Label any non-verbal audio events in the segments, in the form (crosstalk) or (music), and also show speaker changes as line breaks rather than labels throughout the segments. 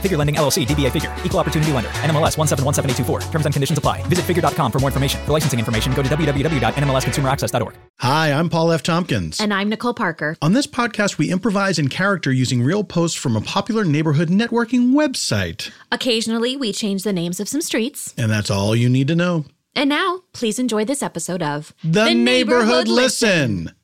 Figure Lending LLC, DBA Figure, Equal Opportunity Lender, NMLS 1717824. Terms and conditions apply. Visit figure.com for more information. For licensing information, go to www.nmlsconsumeraccess.org.
Hi, I'm Paul F. Tompkins.
And I'm Nicole Parker.
On this podcast, we improvise in character using real posts from a popular neighborhood networking website.
Occasionally, we change the names of some streets.
And that's all you need to know.
And now, please enjoy this episode of
The, the Neighborhood, neighborhood Listen. Listen.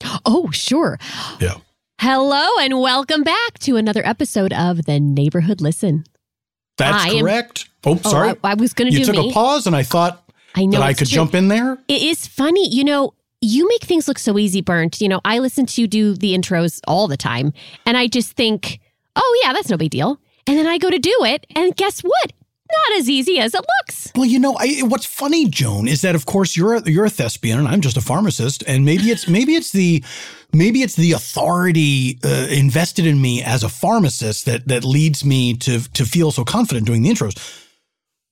to?
Oh, sure.
Yeah.
Hello and welcome back to another episode of the Neighborhood Listen.
That's I correct. Am, oh, sorry.
Oh, I, I, was going to
do.
You
took
me.
a pause, and I thought I know that I could true. jump in there.
It is funny, you know. You make things look so easy, Burnt. You know, I listen to you do the intros all the time, and I just think, oh yeah, that's no big deal. And then I go to do it, and guess what? Not as easy as it looks.
Well, you know, I, what's funny, Joan, is that of course you're a, you're a thespian, and I'm just a pharmacist, and maybe it's maybe it's the maybe it's the authority uh, invested in me as a pharmacist that that leads me to to feel so confident doing the intros.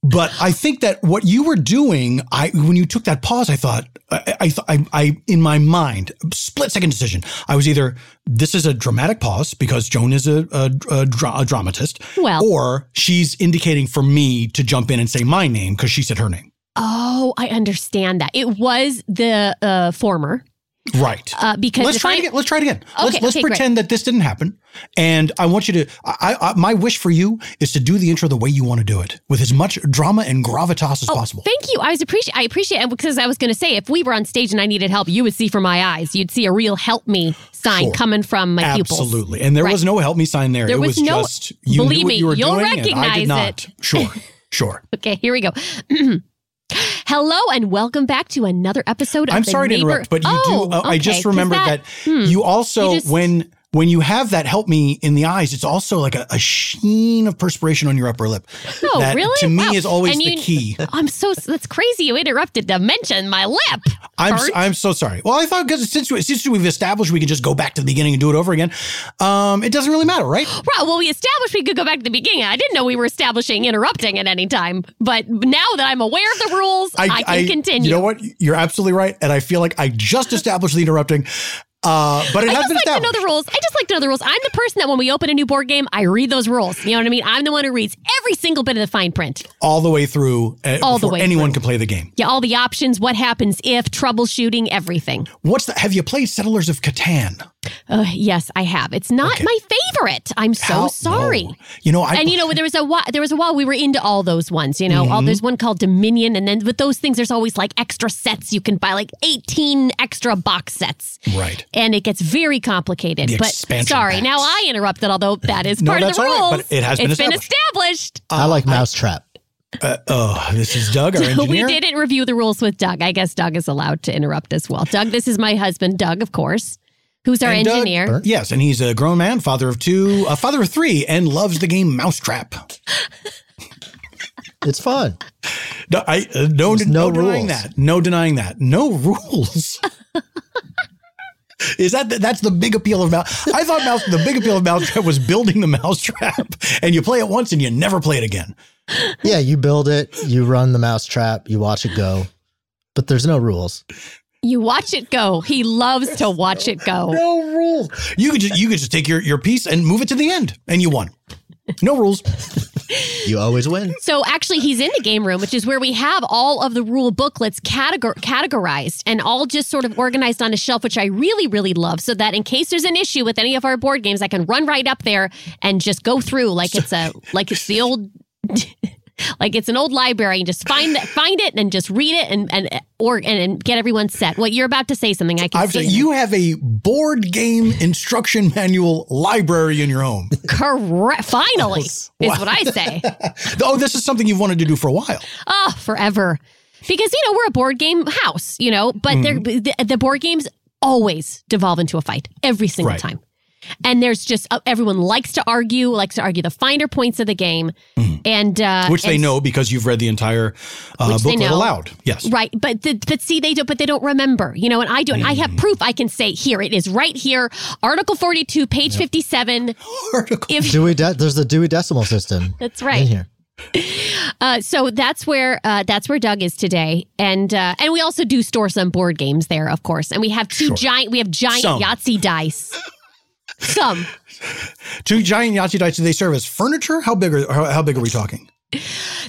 But I think that what you were doing, I when you took that pause, I thought, I, I, th- I, I, in my mind, split second decision. I was either this is a dramatic pause because Joan is a a, a, dra- a dramatist,
well,
or she's indicating for me to jump in and say my name because she said her name.
Oh, I understand that. It was the uh, former,
Right.
Uh, because
let's try
I,
it again. Let's try it again.
Okay,
let's let's
okay,
pretend
great.
that this didn't happen. And I want you to. I, I, my wish for you is to do the intro the way you want to do it, with as much drama and gravitas as
oh,
possible.
Thank you. I was appreciate. I appreciate it because I was going to say if we were on stage and I needed help, you would see from my eyes. You'd see a real help me sign
Sure.
coming from my pupils.
Absolutely. And there
Right.
was no help me sign there.
There
it
was
was,
no-
just you
believe
knew what
me,
you were
you'll
doing, and I
recognize
did not.
it.
Sure.
(laughs)
Sure.
Okay, here we go. (clears throat) Hello and welcome back to another episode of
I'm
the
sorry to
Neighbor-
interrupt, but you
oh,
do. Uh, I
okay,
just
'cause hmm.
remembered that, you also
you just-
when when you have that help me in the eyes, it's also like a, a sheen of perspiration on your upper lip.
Oh,
that
really?
To me,
Wow.
is always
And
the
you- (laughs)
key.
I'm so that's crazy. You interrupted to mention my lip.
I'm
Bert.
I'm so sorry. Well, I thought because since we, since we've established we can just go back to the beginning and do it over again, um, it doesn't really matter, right?
Right, well, we established we could go back to the beginning. I didn't know we were establishing interrupting at any time, but now that I'm aware of the rules, I, can continue.
You know what? You're absolutely right, and I feel like I just established the interrupting, uh, but it
I
has
just
been
like to know
established.
the rules. I just like to know the rules. I'm the person that when we open a new board game, I read those rules. You know what I mean? I'm the one who reads every single bit of the fine print.
all the way through. Uh,
All the
before
way
anyone
through.
can play the game.
Yeah, all the options, what happens if, troubleshooting, everything.
What's the? Have you played Settlers of Catan?
Uh, yes, I have. It's not
Okay.
my favorite. I'm so
How-
sorry.
no. You know, I (laughs)
and you know there was a while, there was a while we were into all those ones you know all,
Mm-hmm.
there's one called dominion and then with those things there's always like extra sets you can buy like 18 extra box sets
right.
and it gets very complicated
The
but
expansion
sorry
packs.
now i interrupted although that is
(laughs) No,
part of
that's
the
all
rules
right, but it has been
It's established
I like Mousetrap.
Uh, oh, this is Doug, our engineer.
(laughs) we didn't review the rules with doug i guess doug is allowed to interrupt as well doug this is my husband doug of course who's our
And Doug-
engineer
yes, and he's a grown man, father of two, a father of three, and loves the game Mousetrap.
It's fun.
No, I, uh, no,
There's
no,
no
denying
rules.
that. No denying that. No (laughs) rules. Is that the, that's the big appeal of mouse? I thought mouse the big appeal of mousetrap was building the mousetrap, and you play it once and you never play it again.
Yeah, you build it, you run the mousetrap, you watch it go. but there's no rules.
You watch it go. He loves to watch it go.
No rules.
You could just you could just take your, your piece and move it to the end, and you won. No rules.
You always win.
So actually, he's in the game room, which is where we have all of the rule booklets categor- categorized and all just sort of organized on a shelf, which I really, really love. So that in case there's an issue with any of our board games, I can run right up there and just go through like it's a like it's the old. (laughs) Like it's an old library, and just find find it and just read it and and or and, and get everyone set. What you're about to say something I can
I've
see.
said you have a board game instruction manual library in your home.
Correct. Finally, is what I say.
oh, this is something you've wanted to do for a while.
oh, forever. Because, you know, we're a board game house, you know, but they're,
Mm.
the, the board games always devolve into a fight every single
Right.
time. And there's just uh, everyone likes to argue, likes to argue the finer points of the game. And, uh,
Mm. which they
and-
know because you've read the entire uh,
Which they
booklet
know.
aloud. Yes.
Right, but the, but see, they don't. But they don't remember, you know. And I do. And I
Mm.
have proof. I can say here it is, right here, Article Forty Two, page fifty seven.
Article.
If
Dewey de- there's the Dewey Decimal System
that's
in
right,
here.
Uh, so that's where uh, that's where Doug is today, and uh, and we also do store some board games there, of course. And we have two giant we have giant
Some.
Yahtzee dice. Some
Two giant Yahtzee dice. Do they serve as furniture? How big are how, how big are we talking?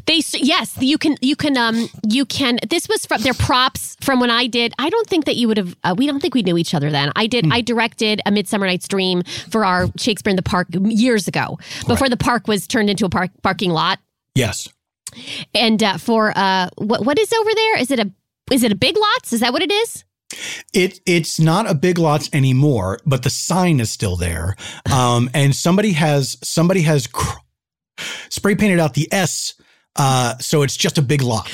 they s- yes you can you can um you can this was from their props from when I did I don't think that you would have uh, we don't think we knew each other then I did I directed a Midsummer Night's Dream for our Shakespeare in the Park years ago before the park was turned into a park parking lot
Yes.
and uh, for uh what what is over there is it a is it a Big Lots is that what it is
It it's not a big lots anymore, but the sign is still there. Um, and somebody has somebody has cr- spray painted out the S. Uh, so it's just a big lot.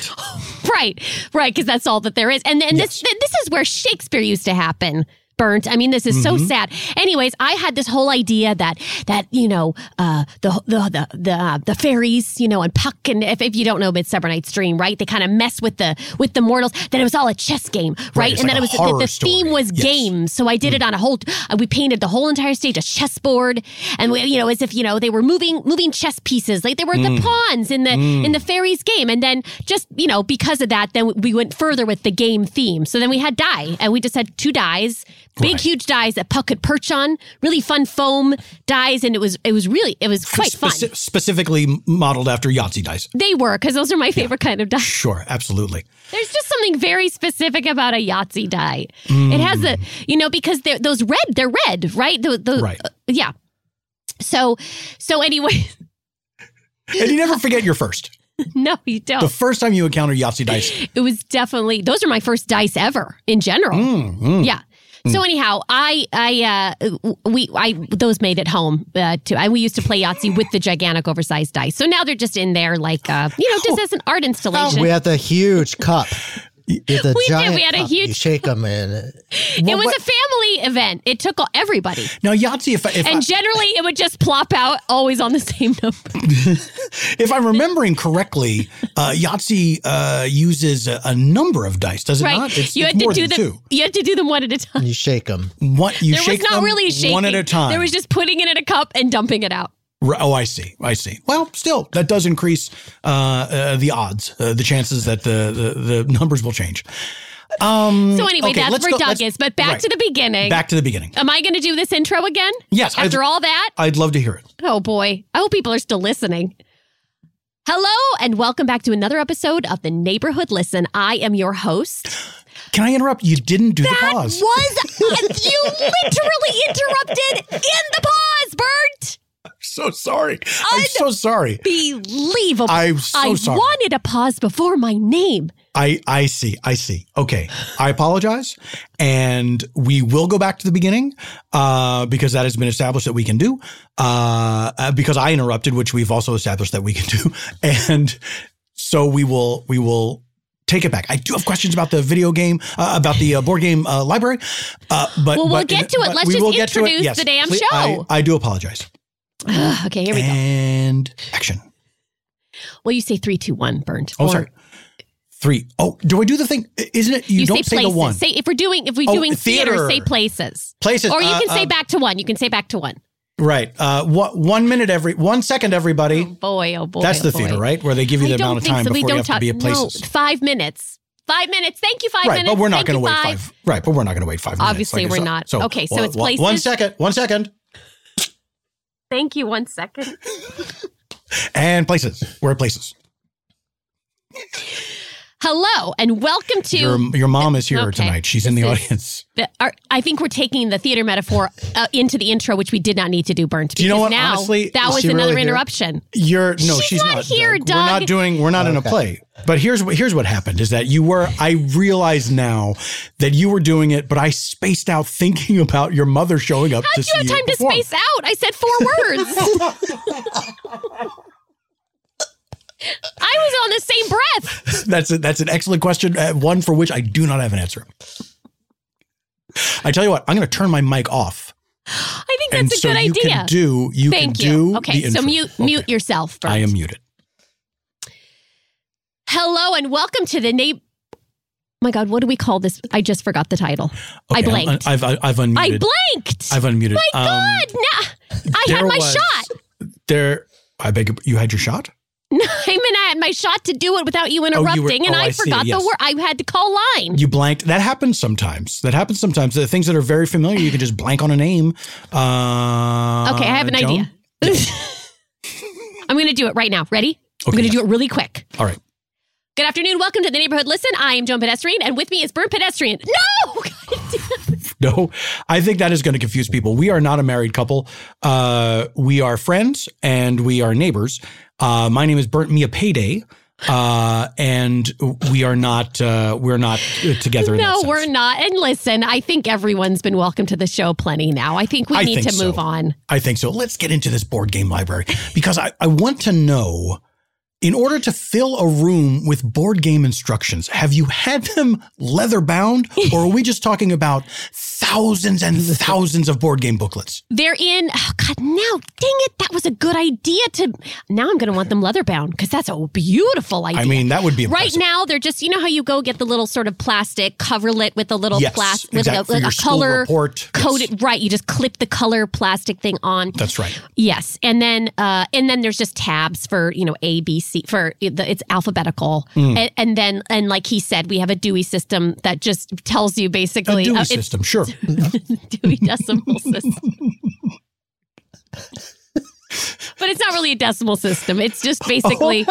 Right, right, because that's all that there is. And then this th- this is where Shakespeare used to happen. Burnt. I mean, this is
Mm-hmm.
so sad. Anyways, I had this whole idea that that you know uh, the the the the, uh, the fairies, you know, and Puck, and if, if you don't know Midsummer Night's Dream, right? They kind of mess with the with the mortals. That it was all a chess game, right?
it's
and
like a
that it was that
horror
the
story.
theme was
Yes. Mm.
game. So I did it on a whole. Uh, we painted the whole entire stage a chessboard, and we, you know, as if you know they were moving moving chess pieces, like they were
Mm.
the pawns in the in the fairies game. And then just you know because of that, then we went further with the game theme. So then we had die, and we just had two dies, big huge dies that Puck could perch on, really fun foam dies, and it was it was really it was quite (gasps) fun.
Speci- specifically modeled after Yahtzee dice.
They were because those are my favorite kind of dice.
Sure, absolutely.
There's just something very specific about a Yahtzee die. It has the, you know, because they're, those red, they're red, right? Those, those,
Right.
uh, yeah. So, so anyway, (laughs)
And you never forget your first.
no, you don't.
The first time you encounter Yahtzee dice,
(laughs) it was definitely those are my first dice ever in general.
Mm,
Yeah. So anyhow, I I uh we I those made at home uh, too. I we used to play Yahtzee with the gigantic oversized dice. So now they're just in there like uh you know just as an art installation.
We had the huge cup. We had the
Oh. (laughs) We did,
giant
we had a
cup.
huge-
You shake them and
it was a family event. It took all- everybody.
Now Yahtzee, if I, if,
And generally, it would just plop out always on the same number.
I, if I'm remembering correctly, uh, Yahtzee uh, uses a, a number of dice, does it
Right?
not?
you had to
more
do
than
them.
two.
You had to do them one at a time.
you shake them.
What you
there was
shake
not
them
really a shaking.
one at a time.
There was just putting it in a cup and dumping it out.
R- oh, I see, I see. Well, still that does increase uh, uh, the odds, uh, the chances that the, the the numbers will change. Um,
So anyway,
okay,
that's
let's
where
go-
Doug
let's-
is. But back
right.
to the beginning.
back to the beginning.
Am I going to do this intro again?
Yes, I'd-
Oh, After all that,
I'd love to hear it.
Oh boy. I hope people are still listening. Hello and welcome back to another episode of the Neighborhood Listen. I am your host,
Can I interrupt? You didn't do
That
the pause.
was (laughs) you literally interrupted in the pause, Bert.
So sorry. I'm so sorry.
Believable.
I'm so
I
sorry.
wanted a pause before my name.
I I see. I see. Okay. I apologize, and we will go back to the beginning uh, because that has been established that we can do. Uh, uh, because I interrupted, which we've also established that we can do, (laughs) and so we will we will take it back. I do have questions about the video game, uh, about the uh, board game uh, library, uh, but
Well, we'll
but-
get to it.
but
Let's
we
just
will get to it.
introduce the damn
Please-
show.
I, I do apologize.
Ugh, okay, here we go.
And action.
Well, you say three, two, one, Burnt.
Oh,
Or-
sorry. Three. Oh, do I do the thing? I- Isn't it? You,
You,
don't say,
say places.
the one.
Say if we're doing if we're
Oh,
doing theater.
theater.
say places.
Places.
Or you can
uh,
say
uh,
back to one. You can say back to one.
Right. Uh, what, one minute every, one second everybody.
Boy, oh boy.
That's
oh
the
boy.
theater, right? Where they give you
I
the
don't
amount of
think
time
so. They
before you
don't
have to
talk-
be at
no,
places.
five minutes. Five minutes. Thank you. Five
right,
minutes.
but we're not
Thank
going to
you,
wait five. Right, but we're not going to wait five. minutes,
Obviously,
like I
we're
said.
not. Okay, so it's
one- One
places-
second. One second.
Thank you. One second.
And places. We're at places.
Hello and welcome to.
Your your mom is here
Okay.
tonight. She's in the
This is-
audience.
the, our, I think we're taking the theater metaphor uh, into the intro, which we did not need to do. Burnt.
Do you know what?
because Now,
Honestly,
that
is
was
she really
another
here?
interruption.
You're no,
She's
she's,
not here,
We're
Doug.
not doing. We're not in a
Okay.
play. But here's what here's what happened is that you were. I realize now that you were doing it, but I spaced out thinking (laughs) about your mother showing up.
How
to
did you have
see
time to
perform.
space out? I said four
(laughs)
words. I was on the same breath.
That's a, that's an excellent question, uh, one for which I do not have an answer. I tell you what, I'm going to turn my mic off,
I think
and
that's a
so
good
you
idea.
can do you
Thank
can
you.
do
okay,
the
so
intro.
mute
Okay.
mute yourself. Burnt.
I am muted.
Hello and welcome to the neighbor. My God, what do we call this? I just forgot the title. I
Okay, I'm-
blanked.
I've, I've, I've unmuted.
I blanked.
I've unmuted.
My
Um,
God, nah. I had
there
my
was-
shot. (laughs)
There, I beg your, you had your shot.
No, I mean I had my shot to do it without you
you were-
interrupting, and
oh,
I,
I see,
forgot
yes.
the word. I had to call line.
You blanked. That happens sometimes. That happens sometimes. The things that are very familiar, you can just blank on a name. Uh,
okay, I have an
Joan?
idea. (laughs) I'm going to do it right now. Ready? I'm
Okay,
going
yes.
to do it really quick.
All right.
Good afternoon. Welcome to the neighborhood. Listen, I am Joan Pedestrian, and with me is Burn Pedestrian.
(laughs)
No,
No, I think that is going to confuse people. We are not a married couple. Uh, we are friends and we are neighbors. Uh, my name is Burnt Mia Payday, uh, and we are not uh, we're not uh, together. in that
no,
sense.
we're not. And listen, I think everyone's been welcome to the show plenty now. I think we
I
need
think
to move
so.
on.
I think so. Let's get into this board game library because I, I want to know. In order to fill a room with board game instructions, have you had them leather bound, or are we just talking about thousands
(laughs)
and thousands of board game booklets?
They're in. Oh God, now, dang it! That was a good idea. To now, I'm going to want them leather bound because that's a beautiful idea.
I mean, that would be
Right
impressive.
now, they're just you know how you go get the little sort of plastic coverlet with a little
Yes,
plastic with
exact- for
a, like
your
a
school
color
report.
coated. Right, you just clip the color plastic thing on.
That's right.
yes, and then uh, and then there's just tabs for you know A B C for the, it's alphabetical,
Hmm.
and, and then and like he said, we have a Dewey system that just tells you
A
basically
Dewey
uh, it's (laughs)
system, sure.
Dewey Decimal System. (laughs) But it's not really a decimal system. It's
(laughs) Oh
just basically
(laughs)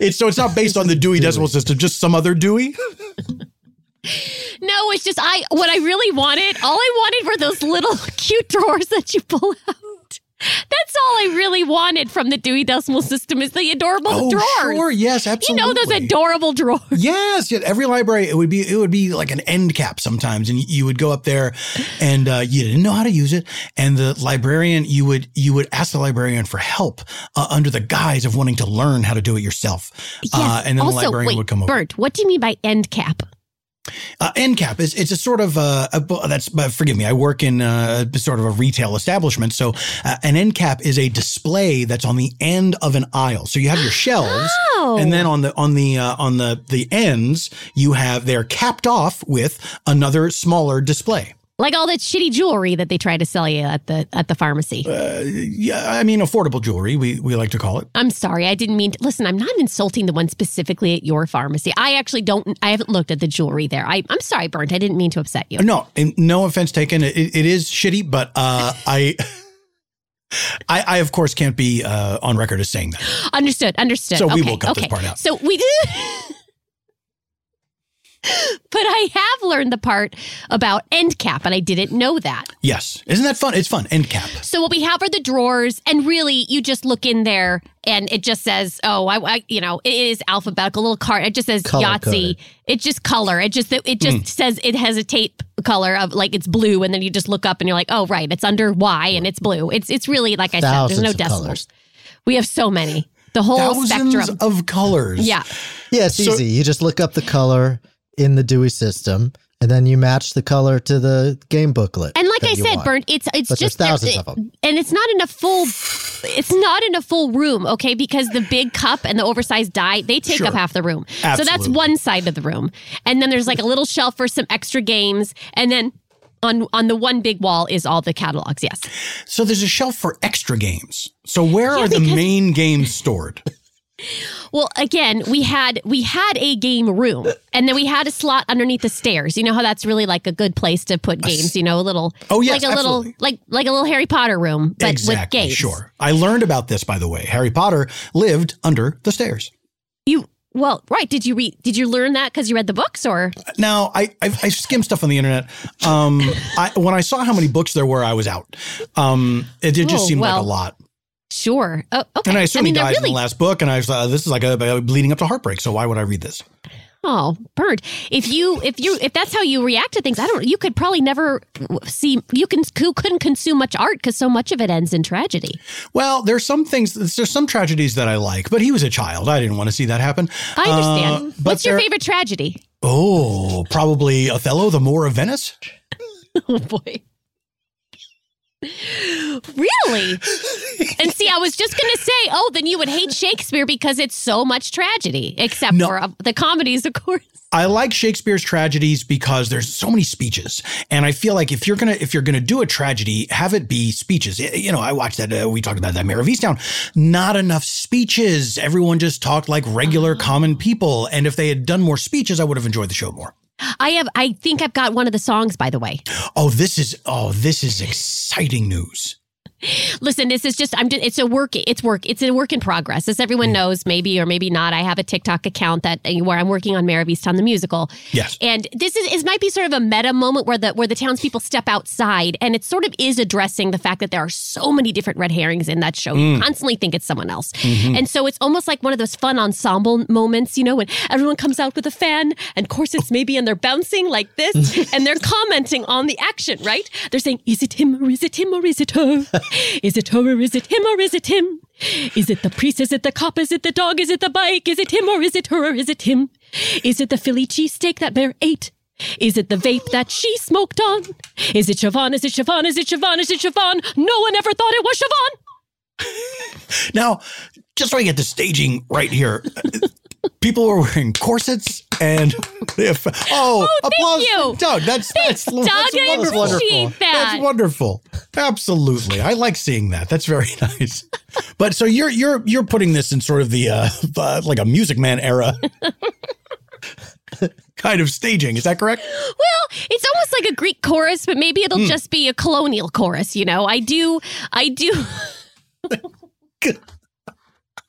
It's so it's not based on the Dewey Decimal System, just some other
(laughs)
Dewey.
No, it's just I. What I really wanted, all I wanted were those little (laughs) cute drawers that you pull out. That's all I really wanted from the Dewey Decimal System is the adorable drawers.
Oh, sure, yes,
you
absolutely. Uh,
know those (laughs) adorable drawers.
Yes, yeah, every library it would be it would be like an end cap sometimes, and you would go up there, and uh, you didn't know how to use it, and the librarian you would you would ask the librarian for help uh, under the guise of wanting to learn how to do it yourself, uh, and then
also,
the librarian
wait,
would come over.
Bert, what do you mean by end cap?
Uh, end cap is it's a sort of uh, a bo- that's uh, forgive me. I work in uh, sort of a retail establishment, so uh, an end cap is a display that's on the end of an aisle. So you have your shelves,
Oh.
and then on the on the uh, on the the ends you have they're capped off with another smaller display.
Like all that shitty jewelry that they try to sell you at the at the pharmacy.
Uh. Yeah, I mean affordable jewelry we we like to call it.
I'm sorry, I didn't mean to. Listen, I'm not insulting the one specifically at your pharmacy. I actually don't. I haven't looked at the jewelry there. I, I'm sorry, Burnt. I didn't mean to upset you.
No, and no offense taken. It, it is shitty, but uh, I. (laughs) I, I of course can't be uh, on record as saying that.
Understood. Understood.
So
okay,
we will cut
okay.
this part out.
So we. (laughs) but I have learned the part about end cap, and I didn't know that.
Yes, isn't that fun? It's fun. End cap.
So what we have are the drawers, and really, you just look in there, and it just says, "Oh, I, I you know, it is alphabetical little card." It just says
Color
Yahtzee.
coded.
It just color. It just it just
Hmm.
says it has a tape color of like it's blue, and then you just look up and you're like, "Oh, right, it's under Y, and it's blue." It's it's really like I
Thousands
said, there's
of
no decimals.
colors.
We have so many. The whole
Thousands
spectrum.
of colors.
Yeah.
Yeah, it's
So-
easy. You just look up the color in the Dewey system, and then you match the color to the game booklet.
And like
that
I
you
said,
want.
Burnt, it's it's
But there's
just there-
thousands of 'em.
And it's not in a full it's not in a full room, okay? Because the big cup and the oversized die, they take
Sure.
up half the room. So that's
Absolutely.
one side of the room. And then there's like a little shelf for some extra games and then on on the one big wall is all the catalogs. Yes.
So there's a shelf for extra games. So where
Yeah,
are the
because- (laughs)
main games stored?
Well, again, we had we had a game room, and then we had a slot underneath the stairs. You know how that's really like a good place to put games. You know, a little
Oh, yes,
like a
absolutely.
little like like a little Harry Potter room, but with
exactly.
games.
Sure. I learned about this, by the way. Harry Potter lived under the stairs.
You well, right? Did you read? Did you learn that because you read the books, or
Now, I I, I skim stuff on the internet. Um, (laughs) I, when I saw how many books there were, I was out. Um, it, did just
Oh,
seemed like
well.
a lot.
sure? Oh, okay.
And I assume he
they're
dies in the last book, and I thought this is like a, a leading up to heartbreak. So why would I read this?
Oh, burned. If you if you if that's how you react to things, I don't. You could probably never see. You can you couldn't consume much art because so much of it ends in tragedy.
Well, there's some things, there's some tragedies that I like, but he was a child. I didn't want to see that happen.
I understand.
Uh, but
What's your
there-
favorite tragedy? (laughs)
Oh, probably Othello, the Moor of Venice.
Oh boy. Really? and see, I was just going to say, oh, then you would hate Shakespeare because it's so much tragedy, except
No.
for uh, the comedies, of course.
I like Shakespeare's tragedies because there's so many speeches, and I feel like if you're gonna if you're gonna do a tragedy, have it be speeches. Y- You know, I watched that. Uh, we talked about that Mayor of Easttown. Not enough speeches. Everyone just talked like
Ah.
regular common people. And if they had done more speeches, I would have enjoyed the show more.
I have, I think I've got one of the songs, by the way.
Oh, this is oh, this is exciting news.
Listen, this is just I'm just it's a work it's work it's a work in progress. As everyone knows, maybe or maybe not, I have a TikTok account that eh, where I'm working on Mayor of Easttown the musical.
Yes.
And this is it might be sort of a meta moment where the where the townspeople step outside and it sort of is addressing the fact that there are so many different red herrings in that show. You constantly think it's someone else. And so it's almost like one of those fun ensemble moments, you know, when everyone comes out with a fan and corsets maybe and they're bouncing like this and they're commenting on the action, right? They're saying, Is it him or is it him or is it her? Is it her or is it him or is it him? Is it the priest? Is it the cop? Is it the dog? Is it the bike? Is it him or is it her or is it him? Is it the Philly cheesesteak that bear ate? Is it the vape that she smoked on? Is it Siobhan? Is it Siobhan? Is it Siobhan? Is it Siobhan? No one ever thought it was Siobhan.
Now, just so I get the staging right here, (laughs) people are wearing corsets and if oh, applause
you.
for Doug. That's that's,
Doug,
that's
I
wonderful.
appreciate that.
That's wonderful. Absolutely, I like seeing that. That's very (laughs) nice. But so you're you're you're putting this in sort of the uh, uh like a Music Man era. (laughs) kind of staging is that correct
Well, it's almost like a Greek chorus, but maybe it'll just be a colonial chorus, you know. I do I do (laughs)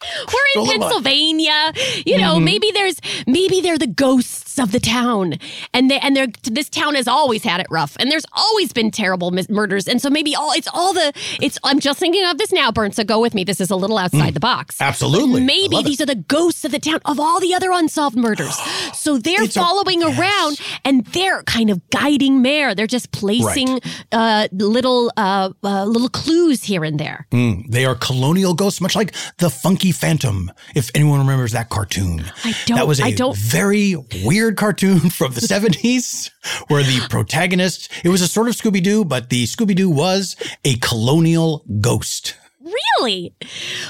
We're in
Well, look.
Pennsylvania. You know, maybe there's maybe they're the ghosts of the town. And they and they're this town has always had it rough. And there's always been terrible mis- murders. And so maybe all it's all the it's I'm just thinking of this now, Burn, so go with me. This is a little outside the box.
absolutely I
Maybe
love it.
these are the ghosts of the town of all the other
(gasps)
unsolved murders. So they're
It's a-
following
yes.
around and they're kind of guiding Mare. They're just placing uh, little uh, uh, little clues here and there.
Mm, they are colonial ghosts, much like the Funky Phantom, if anyone remembers that cartoon.
I don't-
That was a
I don't-
very weird cartoon (laughs) from the 70s where (laughs) the protagonist, it was a sort of Scooby Doo, but the Scooby Doo was a colonial ghost.
Really?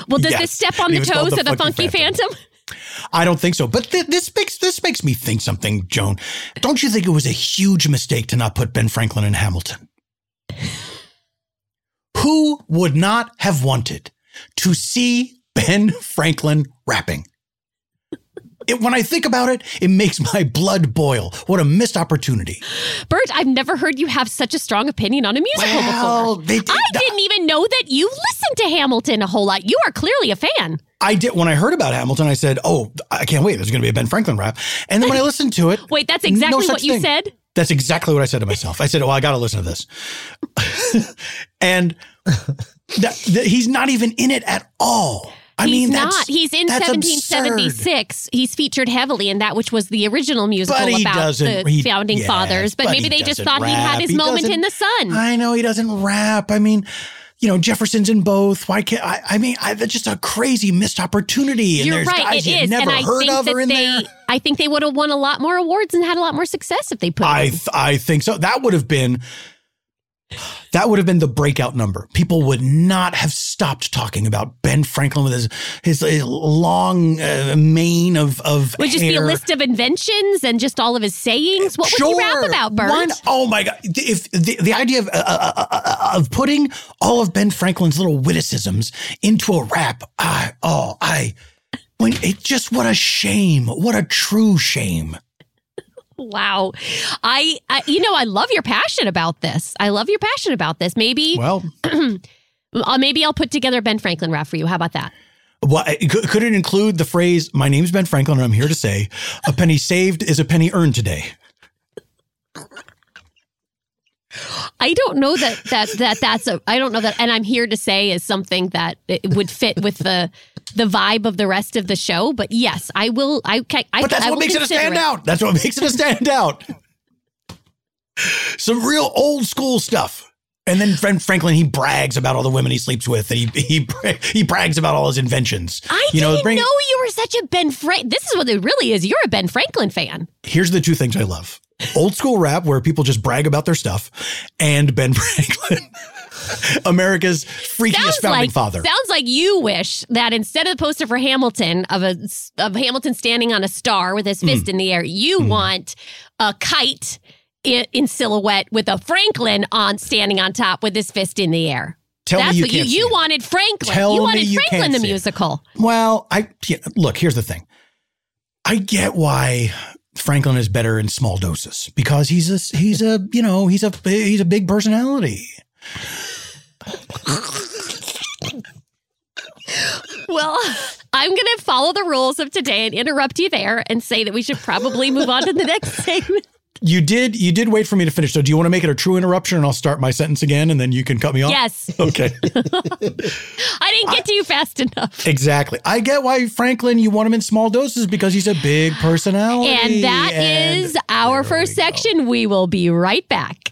Well, does
Yes.
this step on
It
the
was called
toes
the
of the
Funky
Funky
Phantom.
Phantom?
I don't think so, but th- this makes this makes me think something, Joan. Don't you think it was a huge mistake to not put Ben Franklin in (sighs) Hamilton? Who would not have wanted to see Ben Franklin rapping? It, when I think about it, it makes my blood boil. What a missed opportunity!
Bert, I've never heard you have such a strong opinion on a musical before.
they did.
I didn't even know that you listened to Hamilton a whole lot. You are clearly a fan.
I did. When I heard about Hamilton, I said, "Oh, I can't wait. There's going to be a Ben Franklin rap." And then when I listened to it,
Wait, that's
no
exactly
such
what you
thing.
said?
That's exactly what I said to myself. I said, "Well, I got to listen to this," (laughs) and that, that he's not even in it at all. I
he's
mean,
not.
that's
he's in
that's
1776. He's featured heavily in that which was the original musical
But he
about the
doesn't- he-
founding
yes,
fathers. But,
but he
maybe they just
doesn't
thought he
rap.
had his
He
moment
doesn't-
in the sun.
absurd. I know he doesn't rap. I mean, you know, Jefferson's in both. Why can't I? I mean, I, that's just a crazy missed opportunity. And
You're
there's
right.
guys
It
you
is,
never
and I
heard
think
of
that
are in
they,
there.
I think they would have won a lot more awards and had a lot more success if they put.
I
it in.
th- I think so. That would have been that would have been the breakout number. People would not have stopped talking about Ben Franklin with his his, his long uh, mane of of
would just be a
hair.
list of inventions and just all of his sayings. What would he rap about, Bert?
One- oh my god! If the, the idea of uh, uh, uh, uh, of putting all of Ben Franklin's little witticisms into a rap, I oh I When it just what a shame. What a true shame.
Wow. I, I you know, I love your passion about this. I love your passion about this. Maybe
Well,
uh, maybe I'll put together a Ben Franklin rap for you. How about that?
what, could could it include the phrase, my name's Ben Franklin and I'm here to say a penny saved is a penny earned today.
I don't know that that that that's a I don't know that and I'm here to say is something that it would fit with the the vibe of the rest of the show, but yes, I will I I, I
But that's
I
what
will
makes it a
consider
standout. That's what makes it a standout. Some real old school stuff. And then Ben Franklin, he brags about all the women he sleeps with, and he he, bra- he brags about all his inventions.
I
You know,
didn't
bring-
know you were such a Ben Frank. This is what it really is. You're a Ben Franklin fan.
Here's the two things I love: old school rap, where people just brag about their stuff, and Ben (laughs) Franklin, America's freakiest founding
like
father.
sounds like you wish that instead of the poster for Hamilton of a of Hamilton standing on a star with
Hmm.
his fist in the air, you want a kite in, in silhouette with a Franklin on standing on top with his fist in the air.
Tell
That's
me you
what
can't.
you, you
see it.
wanted Franklin.
Tell
you
me
wanted
you
Franklin
can't
the
see it.
musical.
Well, I yeah, look. Here's the thing. I get why Franklin is better in small doses because he's a he's a you know he's a he's a big personality.
Well, (laughs) I'm going to follow the rules of today and interrupt you there and say that we should probably move on to the
(laughs)
next segment.
You did you did wait for me to finish. So do you want to make it a true interruption and I'll start my sentence again and then you can cut me off?
Yes,
(laughs) Okay.
I didn't get to you fast enough.
exactly. I get why Franklin you want him in small doses because he's a big personality.
And that is our
there
first
we go.
section. We will be right back.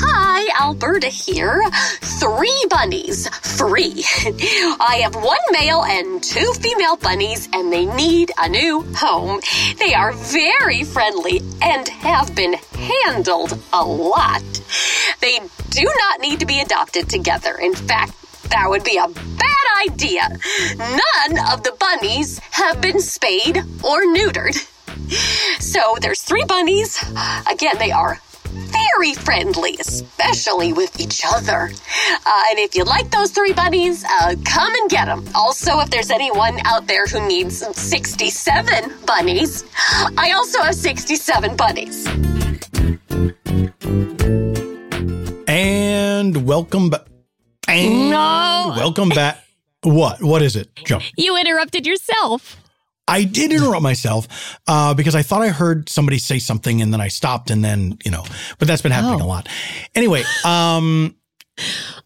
Hi, Alberta here. Three bunnies, free. (laughs) I have one male and two female bunnies, and they need a new home. They are very friendly and have been handled a lot. They do not need to be adopted together. In fact, that would be a bad idea. None of the bunnies have been spayed or neutered. (laughs) So there's three bunnies. Again, they are very friendly, especially with each other. Uh, and if you like those three bunnies, uh, come and get them. Also, if there's anyone out there who needs 67 bunnies, I also have 67 bunnies.
And welcome back. And
No.
welcome back. What? What is it? Jump.
You interrupted yourself.
I did interrupt myself uh, because I thought I heard somebody say something and then I stopped and then, you know, but that's been happening
Oh.
a lot. Anyway, um,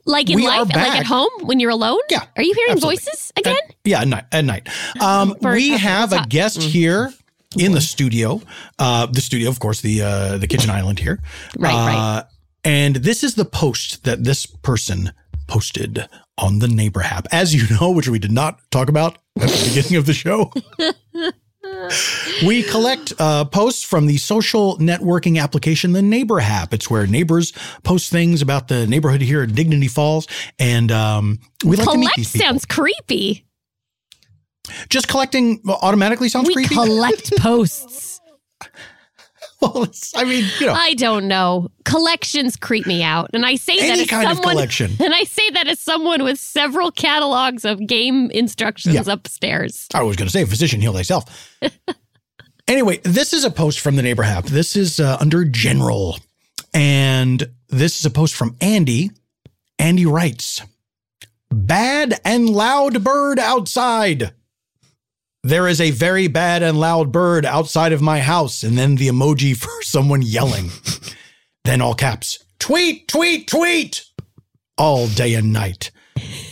Like in
We are
life, like at
back.
home when you're alone?
Yeah,
Are you hearing
absolutely.
voices again?
yeah, at night. At night. Um,
(laughs) For a
we
couple
have a
times. Mm-hmm.
guest here in the studio. Uh, the studio, of course, the uh, the
(laughs)
kitchen island here.
Right, right.
Uh, And this is the post that this person posted on the neighbor app, as you know, which we did not talk about at the beginning of the
(laughs)
show. We collect uh, posts from the social networking application, the Neighbor app. It's where neighbors post things about the neighborhood here at Dignity Falls, and um, we like to meet
Collect
these people.
sounds creepy.
Just collecting automatically sounds
we
creepy.
collect posts.
(laughs) well, it's, I mean, you know,
I don't know. Collections creep me out. And I say that
any
as
kind of
someone
collection.
(laughs) and I say that as someone with several catalogs of game instructions upstairs.
I was going to say, physician, heal
(laughs)
thyself. anyway, this is a post from the neighbor app. This is uh, under general. And this is a post from Andy. Andy writes Bad and loud bird outside. There is a very bad and loud bird outside of my house. And then the emoji (laughs) for someone yelling. then all caps tweet, tweet, tweet all day and night.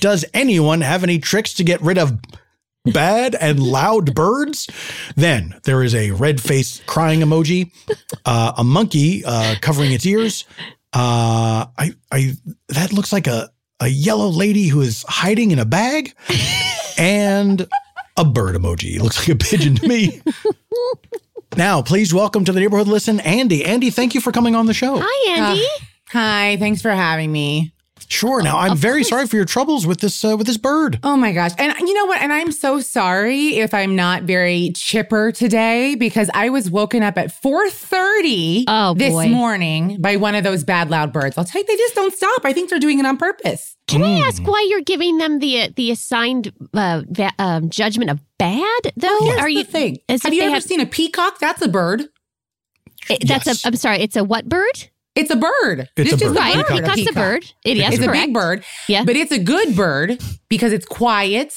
Does anyone have any tricks to get rid of bad and loud birds. Then there is a red face crying emoji, uh, a monkey uh, covering its ears. Uh, I, I, that looks like a, a yellow lady who is hiding in a bag, and a bird emoji. It looks like a pigeon to me. Now, please welcome to the neighborhood listen, Andy. Andy, thank you for coming on the show.
Hi, Andy.
Hi, thanks for having me.
Sure. Now, I'm very sorry for your troubles with this uh, with this bird.
Oh my gosh. And you know what? And I'm so sorry if I'm not very chipper today because I was woken up at 4:30
Oh,
this
boy.
morning by one of those bad loud birds. I'll tell you, they just don't stop. I think they're doing it on purpose.
Can I ask why you're giving them the the assigned uh, va- um, judgment of bad though?
Here's
Are
the
you?
thing.
as
Have
if
you
they
ever
have-
seen a peacock? That's a bird.
it- That's
Yes.
a. I'm sorry. It's a what bird?
It's a bird.
It's a
just
bird.
Right.
Peacock.
Peacock's a bird. It is
It's
correct.
a big bird.
Yeah.
But it's a good bird because it's quiet,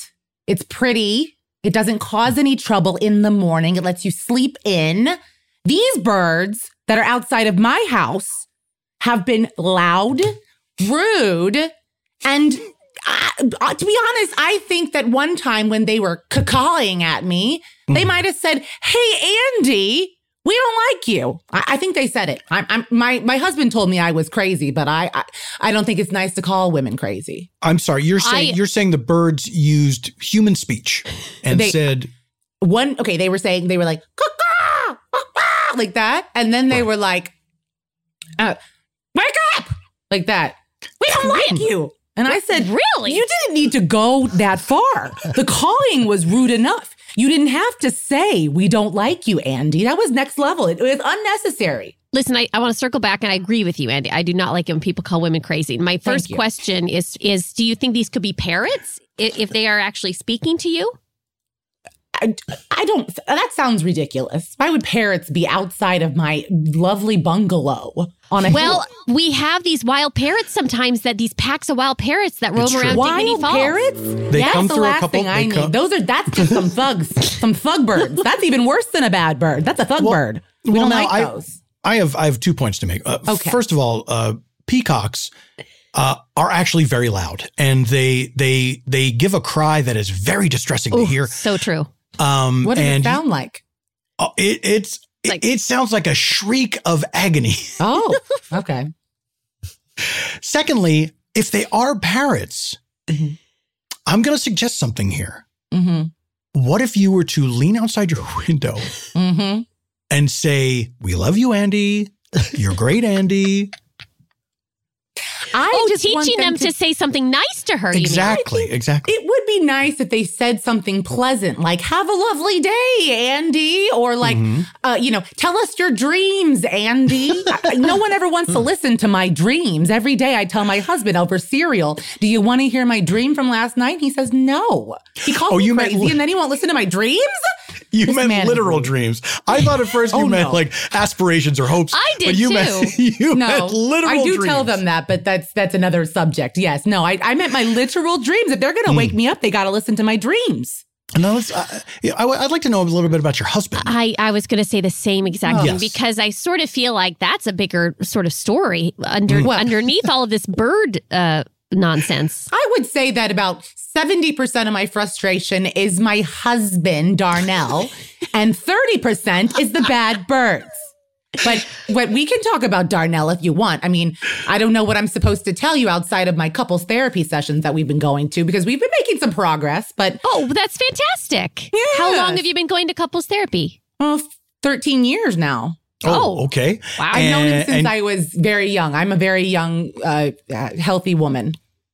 it's pretty, it doesn't cause any trouble in the morning, it lets you sleep in. These birds that are outside of my house have been loud, rude, and uh, uh, to be honest, I think that one time when they were cawing at me,
Mm.
they might have said, "Hey, Andy, we don't like you." I, I think they said it. I'm, I'm my my husband told me I was crazy, but I, I I don't think it's nice to call women crazy.
I'm sorry. You're saying
I-
you're saying the birds used human speech and
They-
said
One okay, they were saying they were like "Caw-caw, caw-caw," like that, and then they were like, uh, "Wake up!" like that. We don't like you. And I said,
Really?
You didn't need to go that far. The calling was rude enough. You didn't have to say, We don't like you, Andy. That was next level. It was unnecessary.
Listen, I, I want to circle back and I agree with you, Andy. I do not like it when people call women crazy. My first
you.
question is is do you think these could be parrots i- if they are actually speaking to you?
I, I don't, that sounds ridiculous. Why would parrots be outside of my lovely bungalow on a
Well,
hill?
we have these wild parrots sometimes that these packs of wild parrots that roam
It's true.
around Dignity
Wild
Falls.
parrots?
They
that's
come
the
through a
last
couple-
thing I
they
need.
come-
Those are that's just some (laughs) thugs, some thug birds. That's even worse than a bad bird. That's a thug bird. We
well,
don't
now
like
I-
those.
I have I have two points to make. Uh,
Okay.
First of all, uh, peacocks uh, are actually very loud, and they they they give a cry that is very distressing
Ooh,
to hear.
So true.
Um,
What does
and
it sound like?
uh, it, it's it-
Like-
it sounds like a shriek of agony.
(laughs) Oh, okay.
Secondly, if they are parrots, I'm going to suggest something here.
Mm-hmm.
What if you were to lean outside your (laughs) window
Mm-hmm.
and say, "We love you, Andy. You're
(laughs)
great, Andy."
I
oh,
just want
teaching them to,
to.
say something nice to her. you mean.
exactly, exactly.
It would be nice if they said something pleasant, like "Have a lovely day, Andy," or like, uh, you know, "Tell us your dreams, Andy." I- no one ever wants to listen to my dreams. Every day, I tell my husband over cereal, "Do you want to hear my dream from last night?" He says, "No." He calls
Oh,
me
you meant
crazy,
li-
and then he won't listen to my dreams.
You
This
meant
man is
literal
weird.
dreams. I thought at first you
(laughs) Oh,
meant
no.
like aspirations or hopes.
I did
but you
too.
Meant, (laughs) you
No,
meant literal
I do tell
dreams.
them that, but that's that's another subject. Yes, no, I, I meant my literal dreams. If they're gonna wake me up, they gotta listen to my dreams.
No, it's, uh, yeah, I, would like to know a little bit about your husband.
I, I was going to say the same exact thing
Yes.
because I sort of feel like that's a bigger sort of story under
Mm.
Well-
underneath all of this bird uh, nonsense.
I would say that about 70% of my frustration is my husband, Darnell, and 30% is the bad birds. But what we can talk about Darnell if you want. I mean, I don't know what I'm supposed to tell you outside of my couples therapy sessions that we've been going to because we've been making some progress, but
Oh, that's fantastic. How long
Yes.
have you been going to couples therapy?
oh, 13 years now.
oh.
okay.
Wow.
I've known him
And-
since
and-
I was very young. I'm a very young, uh, uh, healthy woman.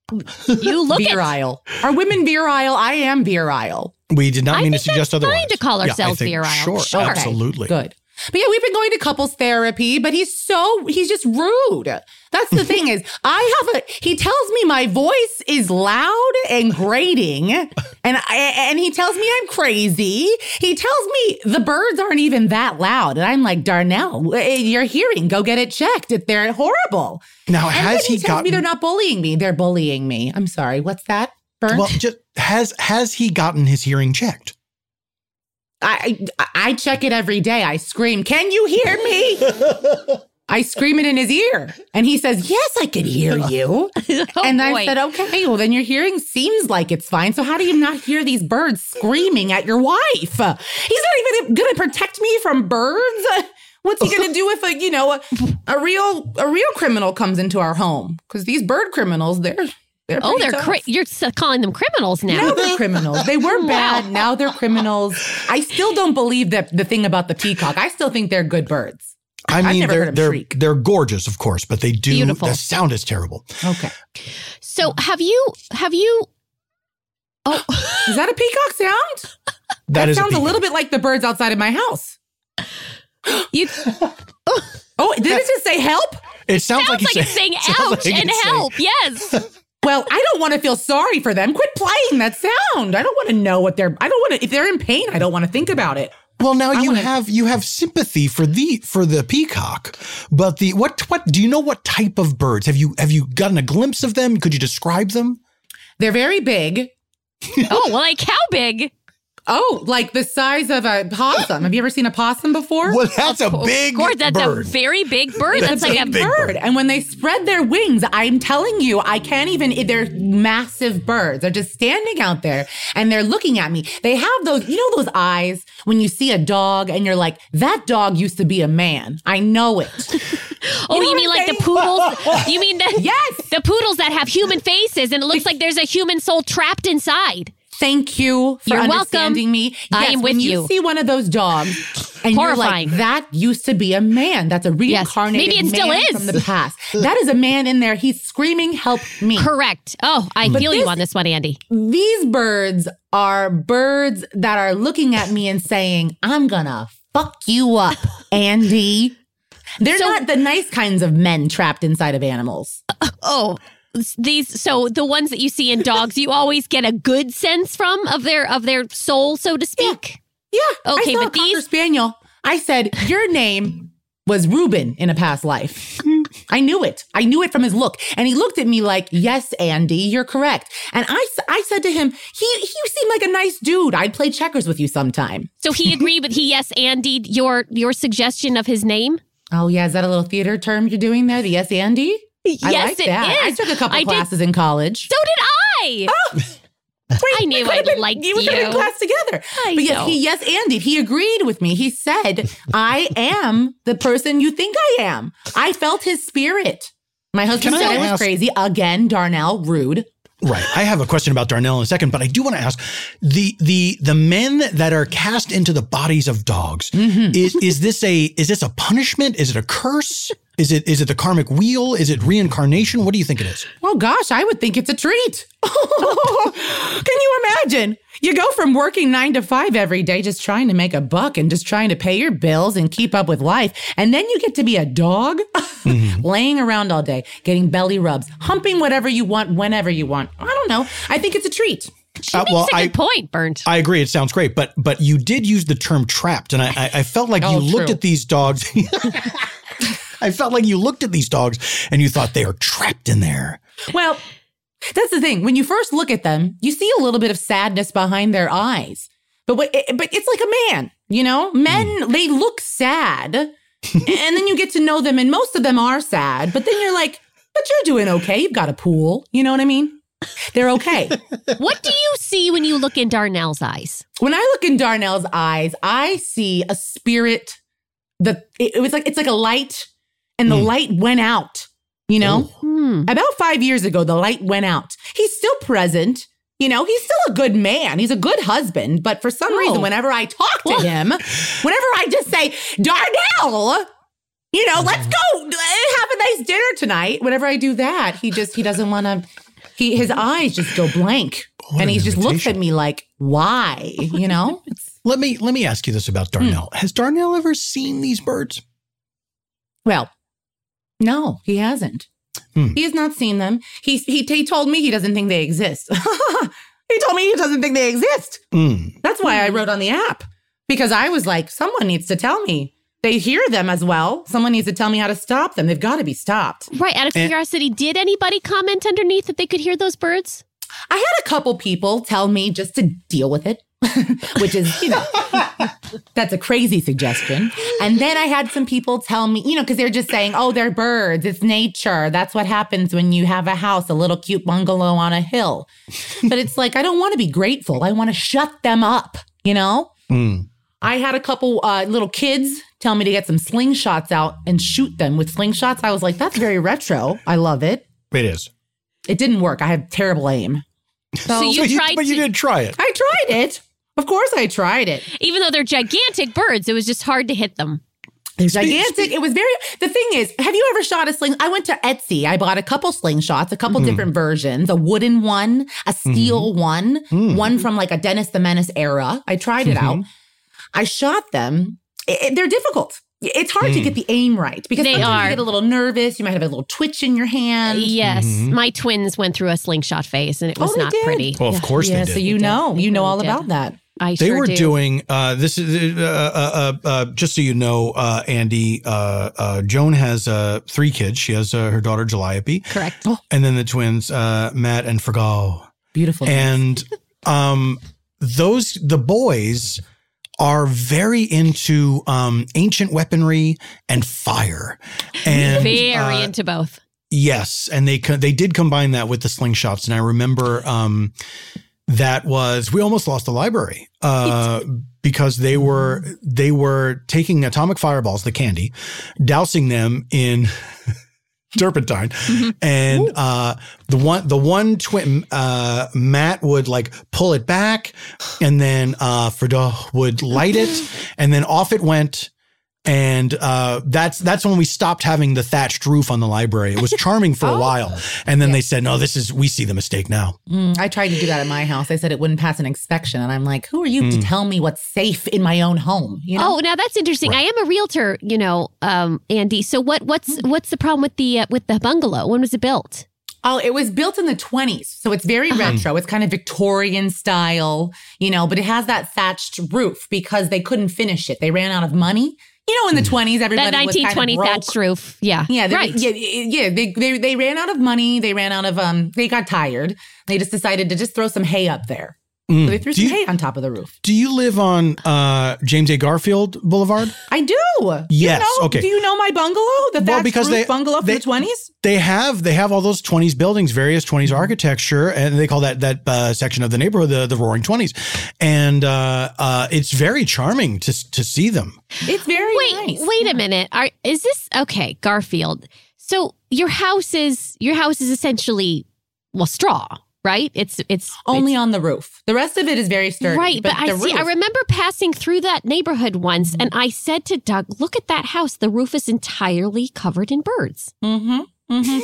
(laughs) You look at
Virile. Are women virile? I am virile.
We did not
I
mean to
think that's
suggest
fine
otherwise.
to call
Yeah, I
ourselves
think-
virile.
Sure,
Sure. Okay.
absolutely.
Good. But yeah, we've been going to couples therapy, but he's so he's just rude. That's the thing is, I have a he tells me my voice is loud and grating and I, and he tells me I'm crazy. He tells me the birds aren't even that loud and I'm like, "Darnell, eh, your hearing, go get it checked. If They're horrible."
Now,
And
has
then he,
he,
tells me
gotten?
they're not bullying me. They're bullying me. I'm sorry. What's that? Burnt?
well, just has has he gotten his hearing checked?
I, I I check it every day. I scream, "Can you hear me?" I scream it in his ear, and he says, "Yes, I can hear you."
Oh,
and I
boy.
said, "Okay, well then your hearing seems like it's fine. So how do you not hear these birds screaming at your wife? He's not even going to protect me from birds. (laughs) What's he going to do if a you know a, a real a real criminal comes into our home? Because these bird criminals, they're They're
oh,
pretty
they're
tough.
cri- you're s- calling them criminals now.
Now they're criminals. They were bad. Now they're criminals. I still don't believe that the thing about the peacock. I still think they're good birds.
I
I've
mean,
never
they're
heard 'em
they're
shriek.
they're gorgeous, of course, but they do.
Beautiful.
The sound is terrible.
Okay.
So have you have you? Oh,
Is that a peacock sound?
that is
sounds a,
peacock.
little bit like the birds outside of my house.
(laughs)
you
Oh, did it just say help?
It sounds,
sounds
you
like
say-
it's saying
(laughs) sounds
"ouch"
like it's
and
saying-
"help." Yes,
Well, I don't want to feel sorry for them. Quit playing that sound. I don't want to know what they're. I don't want to. If they're in pain, I don't want to think about it.
Well, now you
wanna-
have you have sympathy for the for the peacock, but the what what do you know what type of birds have you have you gotten a glimpse of them? Could you describe them?
They're very big.
oh well, like how big?
Oh, like the size of a possum. Have you ever seen a possum before?
Well, that's a big
Gord, that's
bird.
a very big bird.
That's
That's,
a
like a
big
bird. And when they spread their wings, I'm telling you, I can't even. They're massive birds. They're just standing out there and they're looking at me. They have those, you know, those eyes when you see a dog and you're like, that dog used to be a man. I know it.
oh, you, mean like the (laughs) poodles? You mean the
Yes.
the poodles that have human faces and it looks like there's a human soul trapped inside.
Thank you for
You're welcome.
understanding me.
I am
when
with
you.
you.
see one of those dogs and you're like,
Horrifying.
that used to be a man. That's a reincarnated
Maybe it still
man
is.
from the past. That is a man in there. He's screaming, help me.
Correct. Oh, I feel you
this-
on this one, Andy.
These birds are birds that are looking at me and saying, I'm gonna fuck you (laughs) up, Andy. They're
So-
not the nice kinds of men trapped inside of animals.
Oh, s- these so the ones that you see in dogs, you always get a good sense from of their of their soul, so to speak.
Yeah.
Okay,
I saw
but
a cocker
these-
spaniel. I said your name was Reuben in a past life. I knew it. I knew it from his look, and he looked at me like, "Yes, Andy, you're correct." And I, s- I said to him, "He, you seem like a nice dude. I'd play checkers with you sometime."
So he agreed with he yes, Andy, your your suggestion of his name.
Oh yeah, is that a little theater term you're doing there? The yes, Andy. I
(laughs) yes,
like
it
that.
is.
I took a couple
I did-
classes in college.
So did I. (laughs) I
Oh. We
knew
could've
I
been-
liked
we could've been in
you.
class together.
I
but yes,
know.
he yes, Andy, he agreed with me. He said, "I
(laughs)
am the person you think I am." I felt his spirit. My husband
Can I
said I was
ask-
crazy again. Darnell, rude.
Right. I have a question about Darnell in a second, but I do want to ask the the the men that are cast into the bodies of dogs.
Mm-hmm.
Is is this a is this a punishment? Is it a curse? Is it is it the karmic wheel? Is it reincarnation? What do you think it is?
Oh gosh, I would think it's a treat. Can you imagine? You go from working nine to five every day, just trying to make a buck and just trying to pay your bills and keep up with life. And then you get to be a dog (laughs) laying around all day, getting belly rubs, humping whatever you want, whenever you want. I don't know. I think it's a treat.
Uh, well,
That's a
I
good point, Bernd.
I agree. It sounds great, but but you did use the term trapped, and I I, I felt like
(laughs) Oh,
you looked
true.
at these dogs. (laughs) I felt like you looked at these dogs and you thought they are trapped in there.
Well, that's the thing. When you first look at them, you see a little bit of sadness behind their eyes. But what, it- but it's like a man, you know? Men, they look sad. (laughs) and then you get to know them and most of them are sad, but then you're like, "But you're doing okay. You've got a pool." You know what I mean? They're okay.
what do you see when you look in Darnell's eyes?
when I look in Darnell's eyes, I see a spirit that it, it was like it's like a light and the
Hmm.
light went out, you
Oh.
know?
Hmm.
About five years ago, the light went out. He's still present. You know, he's still a good man. He's a good husband. But for some
Oh.
reason, whenever I talk to him, whenever I just say, Darnell, you know, let's go uh, have a nice dinner tonight. Whenever I do that, he just, he doesn't want to, he, his eyes just go blank.
What
and
an
he just looks
invitation.
at me like, why? You
(laughs)
know? It's- Hmm.
Let me let me ask you this about Darnell. Has Darnell ever seen these birds?
well, no, he hasn't.
Hmm.
He has not seen them. He, he, he told me he doesn't think they exist. he told me he doesn't think they exist.
Mm.
That's why
Hmm.
I wrote on the app because I was like, someone needs to tell me. They hear them as well. Someone needs to tell me how to stop them. They've got to be stopped.
Right. Out of
And-
curiosity, did anybody comment underneath that they could hear those birds?
I had a couple people tell me just to deal with it, which is, you know, that's a crazy suggestion. And then I had some people tell me, you know, because they're just saying, oh, they're birds. It's nature. That's what happens when you have a house, a little cute bungalow on a hill. But it's like, I don't want to be grateful. I want to shut them up, you know?
Mm.
I had a couple uh, little kids tell me to get some slingshots out and shoot them with slingshots. I was like, that's very retro. I love it.
It is.
It didn't work. I had terrible aim.
So
(laughs)
you
but
tried
you, but you
to-
did try it.
I tried it. Of course, I tried it.
Even though they're gigantic birds, it was just hard to hit them.
They're gigantic. It was very. The thing is, have you ever shot a sling? I went to Etsy. I bought a couple slingshots, a
hmm.
couple
Mm-hmm.
different versions, a wooden one, a steel one, one from like a Dennis the Menace era. I tried it out. I shot them. I- I- they're difficult. It's hard
Hmm.
to get the aim right because
They
sometimes
are.
you get a little nervous. You might have a little twitch in your hand.
yes, my twins went through a slingshot phase, and it was
Oh, they
not
did.
pretty.
Well, Mm-hmm. of course
Yeah,
they did.
so you know,
They
you know
really
all
did.
about that.
I
they
sure
were
do.
doing uh, this is uh, uh, uh, uh, just so you know uh, andy uh, uh, joan has uh, three kids she has uh, her daughter
(gasps)
Calliope,
(gasps) correct.
and then the twins uh, matt and fergal
Beautiful.
and um, those the boys are very into um, ancient weaponry and fire and
Very
uh,
into both.
Yes, and they co- they did combine that with the slingshots, and I remember um, that was we almost lost the library uh, because they were they were taking atomic fireballs, the candy, dousing them in (laughs) turpentine, and uh, the one the one twin uh, Matt would like pull it back, and then uh, Fredo would light it, and then off it went and uh, that's that's when we stopped having the thatched roof on the library.
(laughs)
It was charming for a
Oh.
while, and then they said, "No, this is we see the mistake now."
Mm, I tried to do that at my house. They said it wouldn't pass an inspection, and I'm like, "Who are you to
Mm.
tell me what's safe in my own home?" You know.
Oh, now that's interesting. I am a realtor, you know, um, Andy. So what? What's
Hmm.
what's the problem with the uh, with the bungalow? When was it built?
Oh, it was built in the 20s. So it's very
Uh-huh.
retro. It's kind of Victorian style, you know, but it has that thatched roof because they couldn't finish it. They ran out of money. You know, in the 20s, everybody
Mm. that
was kind of
1920
broke.
thatched roof. Yeah.
Yeah, they,
right.
yeah, yeah. They, they they ran out of money. They ran out of um. They got tired. They just decided to just throw some hay up there.
Mm.
So they threw
Do
some hay
you-
on top of the roof.
Do you live on uh, James A. Garfield
(laughs)
Boulevard?
I do. You
Yes,
know-
okay.
Do you know my bungalow? The thatched
Well, because
roof
they-
bungalow from
they-
the 20s.
They have they have all those twenties buildings, various twenties
Mm-hmm.
architecture, and they call that that uh, section of the neighborhood the the Roaring Twenties, and uh, uh, it's very charming to to see them.
It's very
Wait,
nice.
wait a minute. Are is this okay, Garfield? So your house is your house is essentially well straw, right? It's it's
Only on the roof. The rest of it is very
it's-
sturdy.
right, but,
the
I see. I
roof- Mm-hmm.
remember passing through that neighborhood once, and I said to Doug, "Look at that house. The roof is entirely covered in birds."
Mm-hmm.
(laughs)
Mm-hmm.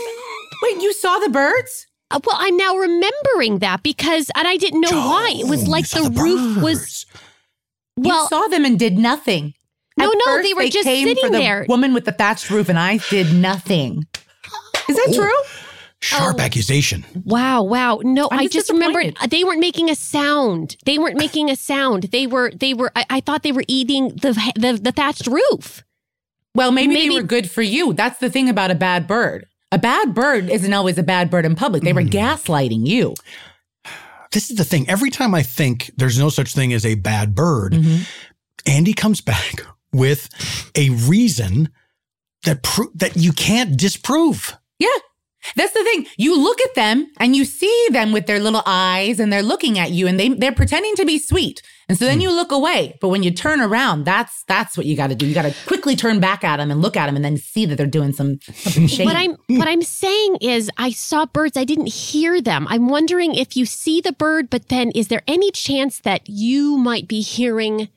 Wait, you saw the birds?
Uh, well, I'm now remembering that because, and I didn't know why. It was
Oh,
Joan,
like
you saw
the, roof was
birds.
well.
you saw them and did nothing.
No, Oh, no,
first
they were just
came for
sitting
the
there.
Woman with the thatched roof, and I did nothing. Is that true?
sharp
Oh.
accusation.
Wow, wow. No,
I'm
I
just
just remembered
disappointed.
they weren't making a sound.
(sighs)
They weren't making a sound. They were they were I, I thought they were eating the the, the thatched roof.
Well, maybe,
Maybe-
they were good for you. That's the thing about a bad bird. A bad bird isn't always a bad bird in public. They were gaslighting you.
this is the thing. Every time I think there's no such thing as a bad bird, Andy comes back with a reason that pro- that you can't disprove.
Yeah. That's the thing. You look at them and you see them with their little eyes and they're looking at you and they they're pretending to be sweet. And so then you look away. But when you turn around, that's that's what you got to do. You got to quickly turn back at them and look at them and then see that they're doing some something shady.
What I'm what I'm saying is I saw birds, I didn't hear them. I'm wondering if you see the bird, but then is there any chance that you might be hearing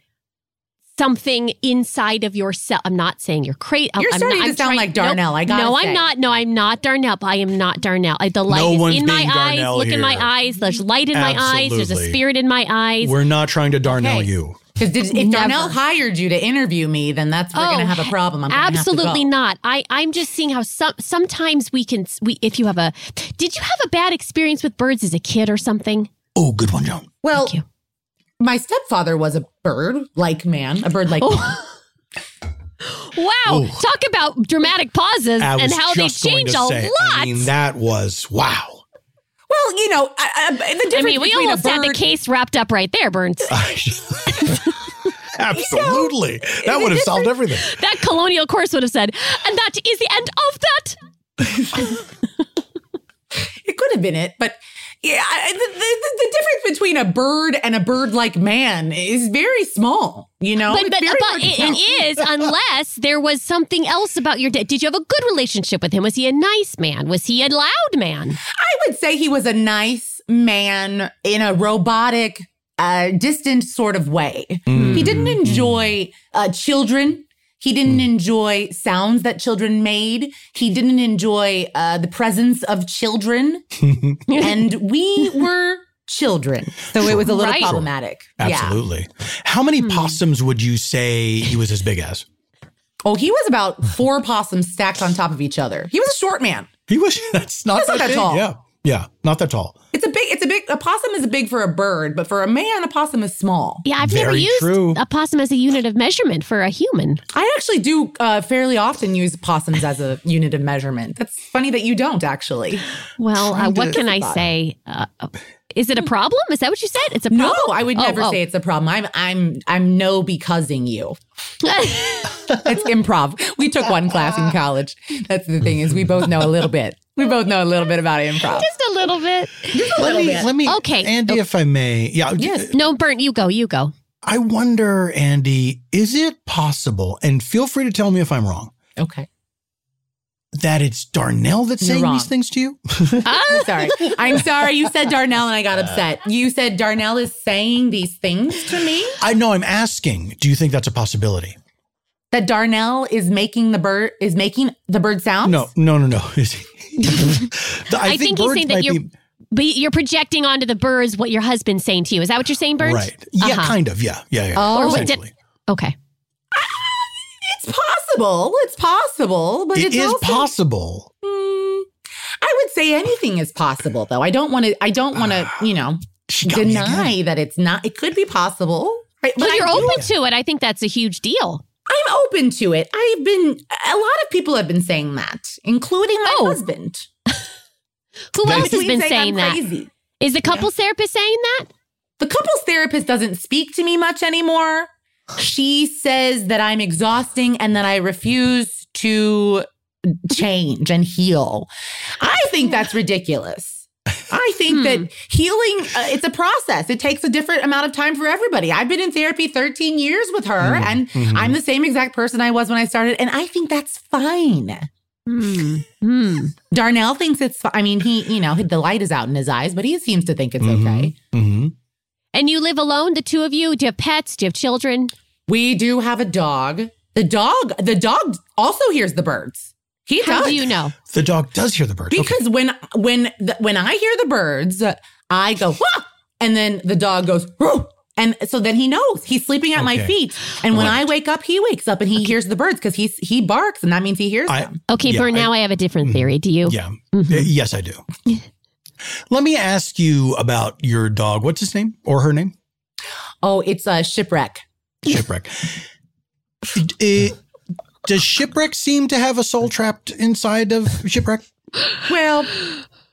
something inside of yourself? I'm not saying you're crazy.
You're
I'm
starting
not,
to
I'm
sound like Darnell,
Nope.
I gotta
No,
say.
I'm not. No, I'm not Darnell. I am not Darnell. I, the light
No
is
one's
in my
being
eyes.
Darnell
Look in my
here.
eyes. There's light in my eyes. There's a
Absolutely.
spirit in my eyes.
We're not trying to Darnell
Okay.
you.
Because did, if
Never. Oh,
Darnell hired you to interview me, then that's we're gonna have a problem. I'm gonna have to go.
absolutely not. I I'm just seeing how some sometimes we can we if you have a did you have a bad experience with birds as a kid or something?
Oh, good one, Joan.
Well,
Thank you.
my stepfather was a bird-like man, a bird-like.
Wow, talk about dramatic pauses
I was
and how they
just going
change
to
a
say,
lot.
I mean, that was wow. (laughs)
Well, you know, I, I, the difference
I mean, we
between
almost
a
had
bird,
the case wrapped up right
(laughs)
there, Burns.
Absolutely, that would have solved everything.
that colonial course would have said, and that is the end of that.
It could have been it, but yeah, I- the, the, the difference between a bird and a bird-like man is very small. You know,
but
It's
but,
very
but
hard to
it,
tell. (laughs)
it is unless there was something else about your dad. Did you have a good relationship with him? Was he a nice man? Was he a loud man?
I would say he was a nice man in a robotic, uh, distant sort of way. He
Mm,
didn't enjoy uh, children. He didn't enjoy sounds that children made. He didn't enjoy uh, the presence of children. and we were children. So it was a little
Right.
problematic. Yeah.
Absolutely. How many possums would you say he was as big as?
Oh, he was about four possums stacked on top of each other. He was a short man.
He was. (laughs) That's not
That's
that,
not that
big.
tall.
Yeah. Yeah. Not that tall.
It's a big, it's a big, a possum is big for a bird, but for a man, a possum is small.
Yeah, I've never
Very
used
true.
a possum as a unit of measurement for a human.
I actually do uh, fairly often use possums as a unit of measurement. That's funny that you don't actually.
Well, uh,
Trying
what
to-
can I say? Uh, uh, is it a problem? Is that what you said? It's a
No,
problem.
I would
Oh,
never
oh.
say it's a problem. I'm, I'm, I'm no becoming
(laughs)
you. It's improv. We took one class in college. That's the thing is we both know a little bit. We both know a little bit about improv.
Just a little bit.
Let me. Let me.
Okay.
Andy, if I may. Yeah.
Yes.
No, Bert, you go. You go.
I wonder, Andy, is it possible? And feel free to tell me if I'm wrong.
Okay.
That it's Darnell that's
You're
saying
wrong.
these things to you.
Uh,
I'm sorry. I'm sorry. You said Darnell and I got upset. You said Darnell is saying these things to me.
I know. I'm asking. Do you think that's a possibility?
That Darnell is making the bird is making the bird sounds.
No. No. No. No. (laughs) I,
(laughs)
I think he's
birds
saying that
might
you're-
be-
But you're projecting onto the birds what your husband's saying to you. Is that what you're saying, Bert?
Right. Yeah,
Uh-huh.
kind of. Yeah. Yeah. yeah.
Oh. Or
what did-
Essentially.
Okay.
It's possible. It's possible, but
it
it's
is
also,
possible.
Hmm. I would say anything is possible, though. I don't want to. I don't want to. You know,
She got me again.
deny that it's not. It could be possible. Right?
But
I
you're
do-
open to it. I think that's a huge deal.
I'm open to it. I've been. A lot of people have been saying that, including my
Oh.
husband.
Who
That-
else has
Including
been saying
I'm
that?
Crazy.
Is the couples therapist saying that?
The couples therapist doesn't speak to me much anymore. She says that I'm exhausting and that I refuse to change and heal. I think that's ridiculous. I think
Hmm.
that healing uh, it's a process. It takes a different amount of time for everybody. I've been in therapy 13 years with her
Mm-hmm.
and I'm the same exact person I was when I started and I think that's fine.
Hmm. Hmm.
Darnell thinks it's fi- I mean he, you know, the light is out in his eyes, but he seems to think it's okay.
Mhm.
And you live alone, the two of you? Do you have pets? Do you have children?
We do have a dog. The dog, the dog also hears the birds. He
How
does.
do you know?
The dog does hear the birds. Okay.
Because when when the, when I hear the birds, I go Wah! and then the dog goes Whoa! and so then he knows he's sleeping at my
Okay.
feet. And when I wake up, he wakes up and he hears the birds because he's he barks and that means he hears
I-
them.
Okay,
Yeah,
for now I have a different theory. Do you?
Yeah.
Mm-hmm.
Y-
(laughs)
Yes, I do. Let me ask you about your dog. What's his name or her name?
Oh, it's a shipwreck.
Shipwreck. D- eh, does Shipwreck seem to have a soul trapped inside of Shipwreck?
(gasps) Well,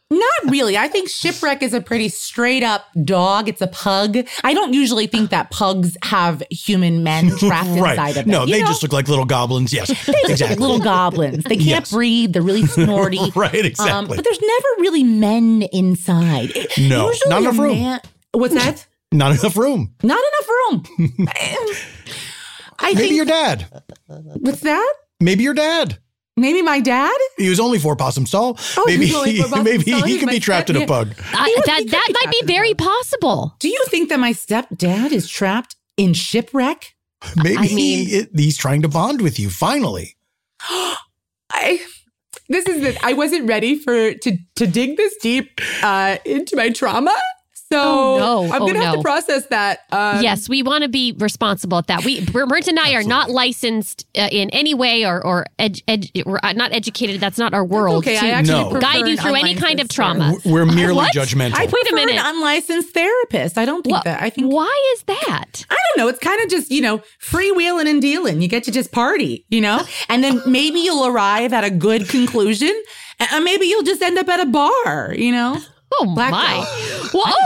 not really. I think Shipwreck is a pretty straight up dog. It's a pug. I don't usually think that pugs have human men trapped inside of them.
No,
You
they
know?
just look like little goblins. Yes.
Like
exactly.
little goblins. They can't
Yes.
breathe. They're
(laughs)
really snorty. Um,
Right, exactly.
but there's never really men inside.
No,
Usually
not
a
enough room.
man- what's that?
Not enough room.
Not enough room. I
Maybe
think.
your dad.
what's that?
Maybe your dad.
Maybe my dad.
He was only four possums tall.
Oh, he
maybe
was only four possums
maybe
tall.
he
He's
could
my
be trapped in a
step-
pug.
I- Uh, that that might be very possible.
Do you think that my stepdad is trapped in shipwreck?
Maybe
mean-
he, he's trying to bond with you finally.
I this is the I wasn't ready for to to dig this deep uh into my trauma. So
Oh, no.
I'm
Oh,
gonna have
no.
to process that. Uh
yes, we want to be responsible at that. We Bert and I are not licensed uh, in any way or or ed, ed, we're uh, not educated. That's not our world.
okay, I
to
actually
No.
prefer
guide you
an
through any
online
kind of
therapist.
trauma.
We're- We're merely
What?
judgmental.
I
Wait a
prefer
minute.
an unlicensed therapist. I don't think
Well,
that I think
why is that?
I don't know. It's kind of just, you know, freewheeling and dealing. You get to just party, you
(laughs)
know? And then maybe you'll arrive at a good conclusion. And and maybe you'll just end up at a bar, you know?
Oh
Black
my!
dog.
Well,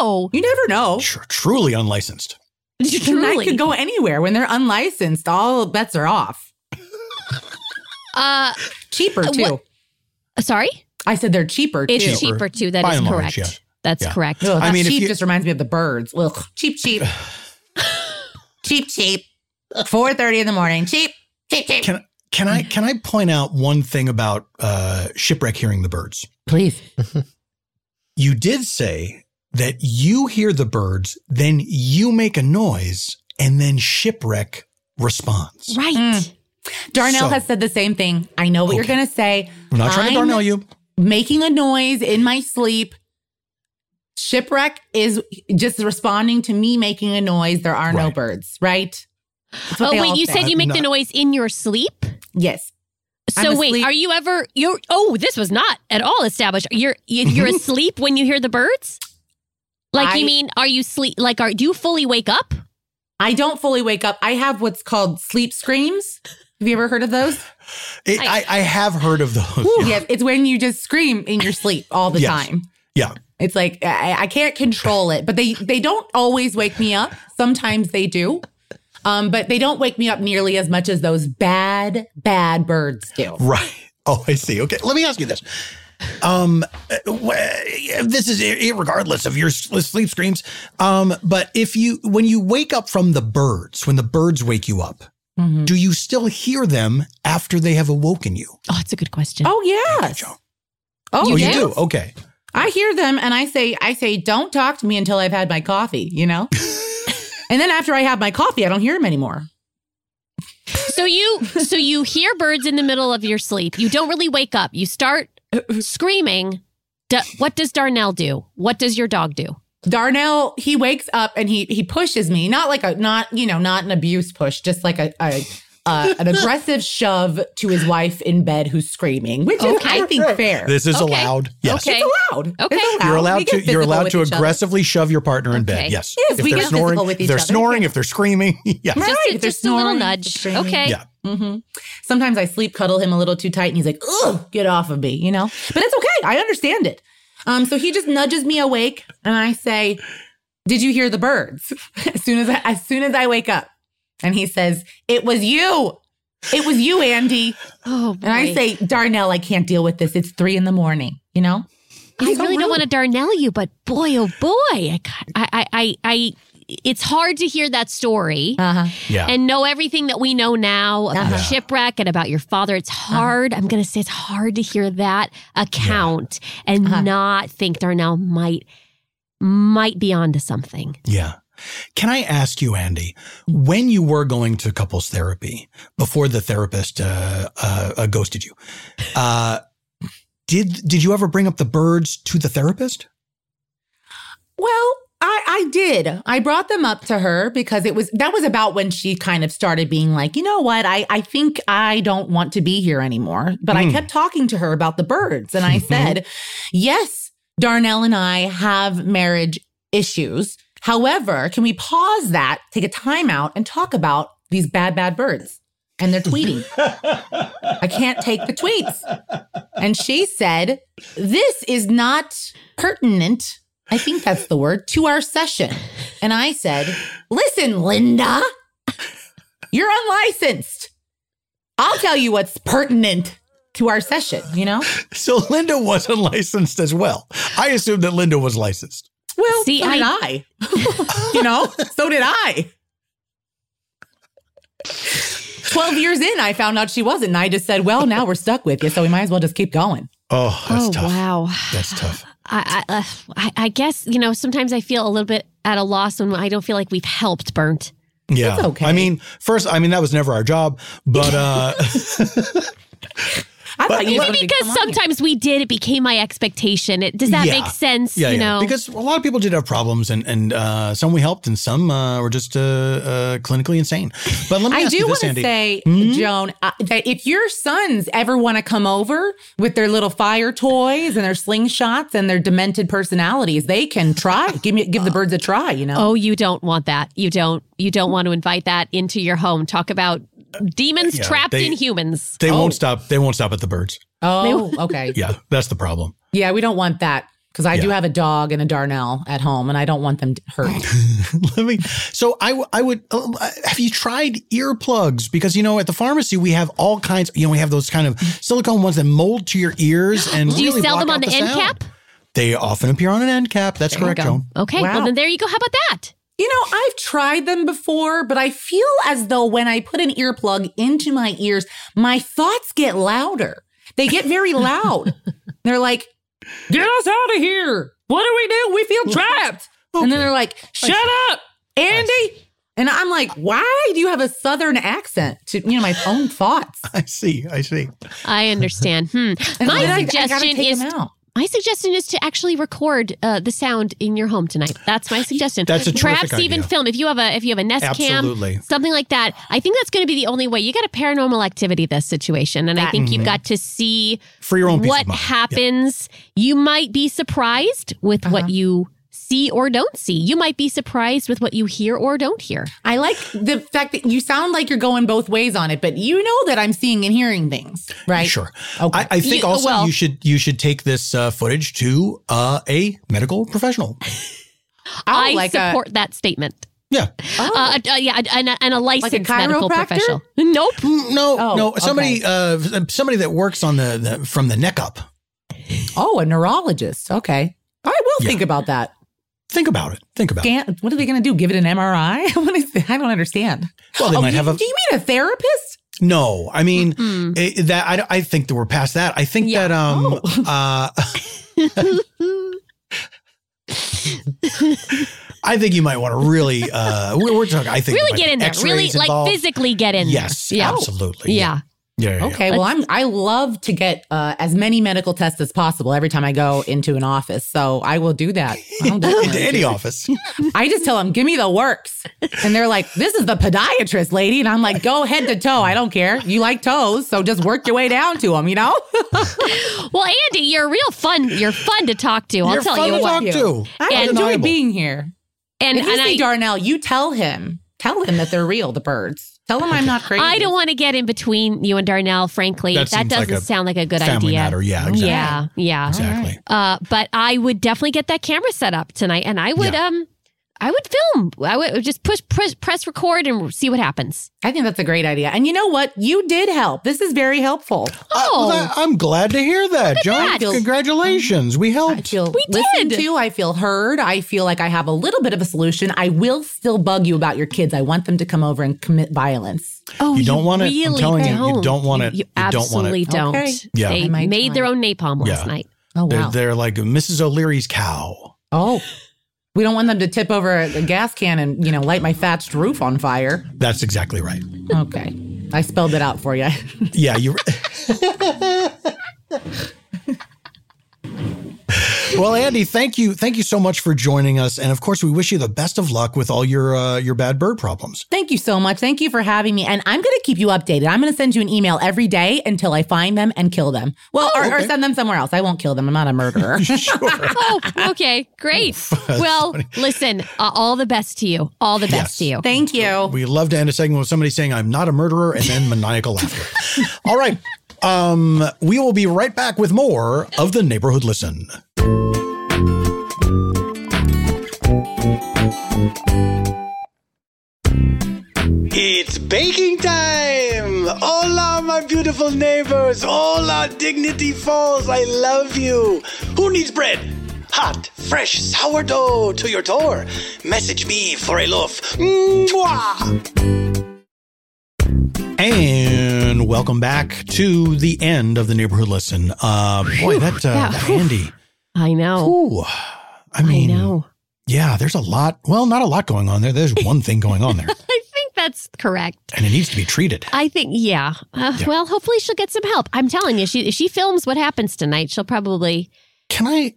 oh
You never know.
Tr- truly unlicensed.
no!
Tonight
Truly,
could go anywhere. When they're unlicensed, all bets are off.
uh,
Cheaper too.
what- sorry,
I said they're cheaper
it's
too.
cheap.
cheaper, too. That
By
is
and large,
correct.
yeah.
That's
Yeah.
correct.
Ugh,
I
that
mean, if
cheap
you-
just reminds me of the birds. Ugh, cheap,
(sighs)
cheap, cheap, cheap. Four thirty in the morning. Cheap, cheap, cheap.
Can can I can I point out one thing about uh, shipwreck hearing the birds?
Please.
(laughs) You did say that you hear the birds, then you make a noise, and then shipwreck responds.
Right.
mm, Darnell
So-
has said the same thing. I know what you're
Okay.
going to say.
I'm not trying to
I'm
Darnell you.
Making a noise in my sleep. Shipwreck is just responding to me making a noise. There are no
Right.
birds, right? That's what
Oh
they
wait,
all
you
say.
said you make the
Not-
noise in your sleep.
yes.
So
I'm
wait,
asleep.
are you ever you're oh, this was not at all established. You're you-
(laughs)
you're asleep when you hear the birds? Like you
I-
mean are you sleep like are do you fully wake up?
I don't fully wake up. I have what's called sleep screams. Have you ever heard of those?
It, I, I have heard of those.
Yeah. it's when you just scream in your sleep all the
(laughs) Yes.
time.
Yeah.
It's like I, I can't control it, but they they don't always wake me up. Sometimes they do, um, but they don't wake me up nearly as much as those bad bad birds do.
Right. Oh, I see. Okay. Let me ask you this. Um, uh, wh- this is ir- irregardless of your s- sleep screams. Um, but if you, when you wake up from the birds, when the birds wake you up,
Mm-hmm.
do you still hear them after they have awoken you?
Oh, it's a good question.
Oh yes.
Joe.
Oh,
oh,
yes.
you do. Okay.
I hear them and I say I say don't talk to me until I've had my coffee. You know. (laughs) and then after I have my coffee, I don't hear them anymore.
So you so you hear birds in the middle of your sleep. You don't really wake up. You start screaming. D- what does Darnell do? What does your dog do?
Darnell, he wakes up and he he pushes me, not like a not you know not an abuse push, just like a, a uh, an aggressive shove to his wife in bed who's screaming, which is
Okay.
I think fair.
This is
Okay.
allowed. Yes.
Okay.
It's allowed. It's
Okay. You're
You're
We
allowed
get
to. You're
physical
allowed
with
to
each other.
aggressively shove your partner in bed.
Okay.
Yes.
Yes,
if
we
they're
get physical
snoring,
with
if
each
they're
other.
snoring, if they're screaming. (laughs) yeah.
Right,
Just a,
if they're
just a little
snoring,
nudge.
screaming.
Okay.
Yeah.
Mhm. Sometimes I sleep cuddle him a little too tight, and he's like, "Ugh, get off of me," you know. But it's okay. I understand it. Um, so he just nudges me awake, and I say, "Did you hear the birds?" (laughs) as soon as I, as soon as I wake up, and he says, "It was you. It was you, Andy." (laughs)
Oh, boy.
And I say, "Darnell, I can't deal with this. It's three in the morning." You know.
I
He's so
really don't
rude.
want to Darnell you, but boy, oh boy, I, got- I, I, I, I- it's hard to hear that story
Uh-huh.
Yeah.
and know everything that we know now about
Uh-huh.
shipwreck and about your father. It's hard. I'm going to say it's hard to hear that account and
Uh-huh.
not think Darnell might, might be onto something.
Yeah. Can I ask you, Andy, when you were going to couples therapy before the therapist uh, uh, uh, ghosted you, uh, did did you ever bring up the birds to the therapist?
Well, I, I did. I brought them up to her because it was that was about when she kind of started being like, you know what, I, I think I don't want to be here anymore. But I
Mm.
kept talking to her about the birds and I said, yes, Darnell and I have marriage issues. However, can we pause that, take a timeout, and talk about these bad, bad birds? And they're tweeting. I can't take the tweets. And she said, This is not pertinent. I think that's the word to our session. And I said, Listen, Linda, you're unlicensed. I'll tell you what's pertinent to our session, you know?
So (laughs) Linda wasn't licensed as well. I assumed that Linda was licensed.
Well,
See,
so did I. you know, so did I. 12 years in, I found out she wasn't. And I just said, well, now we're stuck with you. So we might as well just keep going.
Oh, that's
oh,
tough.
wow.
That's tough.
I, I, uh, I, I guess, you know, sometimes I feel a little bit at a loss when I don't feel like we've helped Burnt.
Yeah.
It's okay.
I mean, first, I mean that was never our job, but uh, (laughs)
I
But
thought you were gonna be-
Because
come on.
sometimes we did, it became my expectation. It, does that
Yeah.
make sense?
yeah,
you
yeah.
know,
because a lot of people did have problems, and and uh, some we helped, and some uh, were just uh, uh, clinically insane. But let me
I
ask
do
you
want
this,
to
Andy.
say,
Hmm?
Joan, uh, that if your sons ever want to come over with their little fire toys and their slingshots and their demented personalities, they can try. give me, give the birds a try. You know,
Oh, you don't want that. You don't. You don't want to invite that into your home. Talk about demons
Yeah,
trapped
they-
in humans.
They
Oh.
won't stop. They won't stop at the birds.
oh, okay, yeah.
Yeah, that's the problem.
we don't want that because I do
Yeah.
have a dog and a Darnell at home, and I don't want them d- hurt.
(laughs) Let me. So I, w- I would. uh, have you tried earplugs? Because you know, at the pharmacy we have all kinds. You know, we have those kind of silicone ones that mold to your ears and.
Do you
really
sell them
block
on
out
the end
sound.
cap?
They often appear on an end cap. That's correct,
There you go.
Joan.
Okay. Well,
Wow.
then there you go. How about that?
You know, I've tried them before, but I feel as though when I put an earplug into my ears, my thoughts get louder. They get very loud. They're like, Get us out of here. What do we do? We feel trapped. And then they're like, shut up, Andy. And I'm like, why do you have a southern accent to you know my own thoughts?
(laughs) I see. I see.
I understand.
(laughs)
Hmm.
And then I-
My
I gotta
suggestion
take
is
him out.
my suggestion is to actually record uh, the sound in your home tonight. That's my suggestion.
That's a terrific
perhaps even
idea.
film if you have a if you have a Nest
Absolutely.
cam, something like that. I think that's going to be the only way. You got a paranormal activity this situation, and I think
Mhm.
you've got to see
For your own peace of
what
mind.
happens. You might be surprised with
Uh-huh.
what you see or don't see. You might be surprised with what you hear or don't hear.
I like the fact that you sound like you're going both ways on it, but you know that I'm seeing and hearing things, right?
Sure.
Okay.
I, I think
You-
also
well-
you should you should take this uh, footage to uh, a medical professional.
I
I
like a- Oh.
support that statement.
Yeah.
Uh, uh, yeah, and a, and a licensed medical
chiropractor?
professional. Nope.
Mm, No,
Oh,
no. Somebody uh, somebody that works on the, the from the neck up.
Oh, a neurologist. Okay. I will
Yeah.
think about that.
Think about it. Think about it.
Dan, what are they going to do? Give it an MRI? What is that? I (laughs) don't understand.
Well, they
oh,
might
you,
have a
do you mean a therapist?
no. I
(laughs)
mean
Hmm.
eh, that. I, I think that we're past that. I think
Yeah.
that um
Oh.
uh, (laughs) I think you might want to really uh we're, we're talking. I (laughs) think
Really
there might
get
be
in there. Really,
X-rays
like
involved.
physically get in
Yes,
there. Yeah.
absolutely.
Yeah.
Yeah. yeah, yeah.
Okay. Well, I'm. I love to get uh, as many medical tests as possible every time I go into an office. So I will do that. (laughs) I'll
Into
definitely-
any office.
I just tell them, "Give me the works," and they're like, "This is the podiatrist lady," and I'm like, "Go head to toe. I don't care. You like toes, so just work your way down to them. You know."
Well, Andy, you're real fun. You're fun to talk to. I'll
You're
tell
fun
you
to
what.
talk to.
I
And-
enjoy
Undeniable.
being here.
And,
if you
and
see
I,
Darnell, you tell him. Tell him that they're real, the birds. Tell him I'm not crazy.
I don't want to get in between you and Darnell. Frankly,
That
that,
seems like
doesn't
a
sound like a good
family
idea.
matter. Yeah, exactly.
Yeah, yeah.
Exactly.
Uh, but I would definitely get that camera set up tonight, and I would um, I would film. I would just push, push press record and see what happens.
I think that's a great idea. And you know what? You did help. This is very helpful.
Oh.
I, am glad to hear that, John.
that.
Congratulations. We
I
helped.
feel listened
did.
to. I feel heard. I feel like I have a little bit of a solution. I will still bug you about your kids. I want them to come over and commit violence.
Oh,
You don't want it. I'm
Really
telling you, you don't want it.
You,
You don't want it.
absolutely don't.
Okay.
Yeah.
They
I might
made their
try.
own napalm last
Yeah.
night.
Oh wow.
They're, they're like Mrs. O'Leary's cow.
oh. We don't want them to tip over a a gas can and, you know, light my thatched roof on fire.
That's exactly right.
Okay. I spelled it out for you.
Yeah, you. (laughs) well, Andy, thank you, thank you so much for joining us, and of course, we wish you the best of luck with all your uh, your bad bird (laughs) problems.
Thank you so much. Thank you for having me. And I'm going to keep you updated. I'm going to send you an email every day until I find them and kill them. Well, or, or send them somewhere else. I won't kill them. I'm not a murderer.
(laughs)
Oh, okay, great. well, listen, uh, all the best to you. All the best to you.
Thank you.
We love to end a segment with somebody saying, "I'm not a murderer," and then maniacal (laughs) laughter. All right, um, we will be right back with more of the neighborhood listen.
It's baking time! Hola, my beautiful neighbors! Hola, Dignity Falls! I love you! Who needs bread? Hot, fresh sourdough to your door. Message me for a loaf. Mwah!
And welcome back to the end of the neighborhood listen. Uh, boy, that, uh,
Yeah.
that Andy.
I know.
Ooh, Oh. I
I
mean,
know.
yeah, there's a lot. Well, not a lot going on there. There's one thing going on there,
I think that's correct.
and it needs to be treated.
I think, yeah. Uh,
Yeah.
Well, hopefully she'll get some help. I'm telling you, she if she films what happens tonight, she'll probably.
Can I?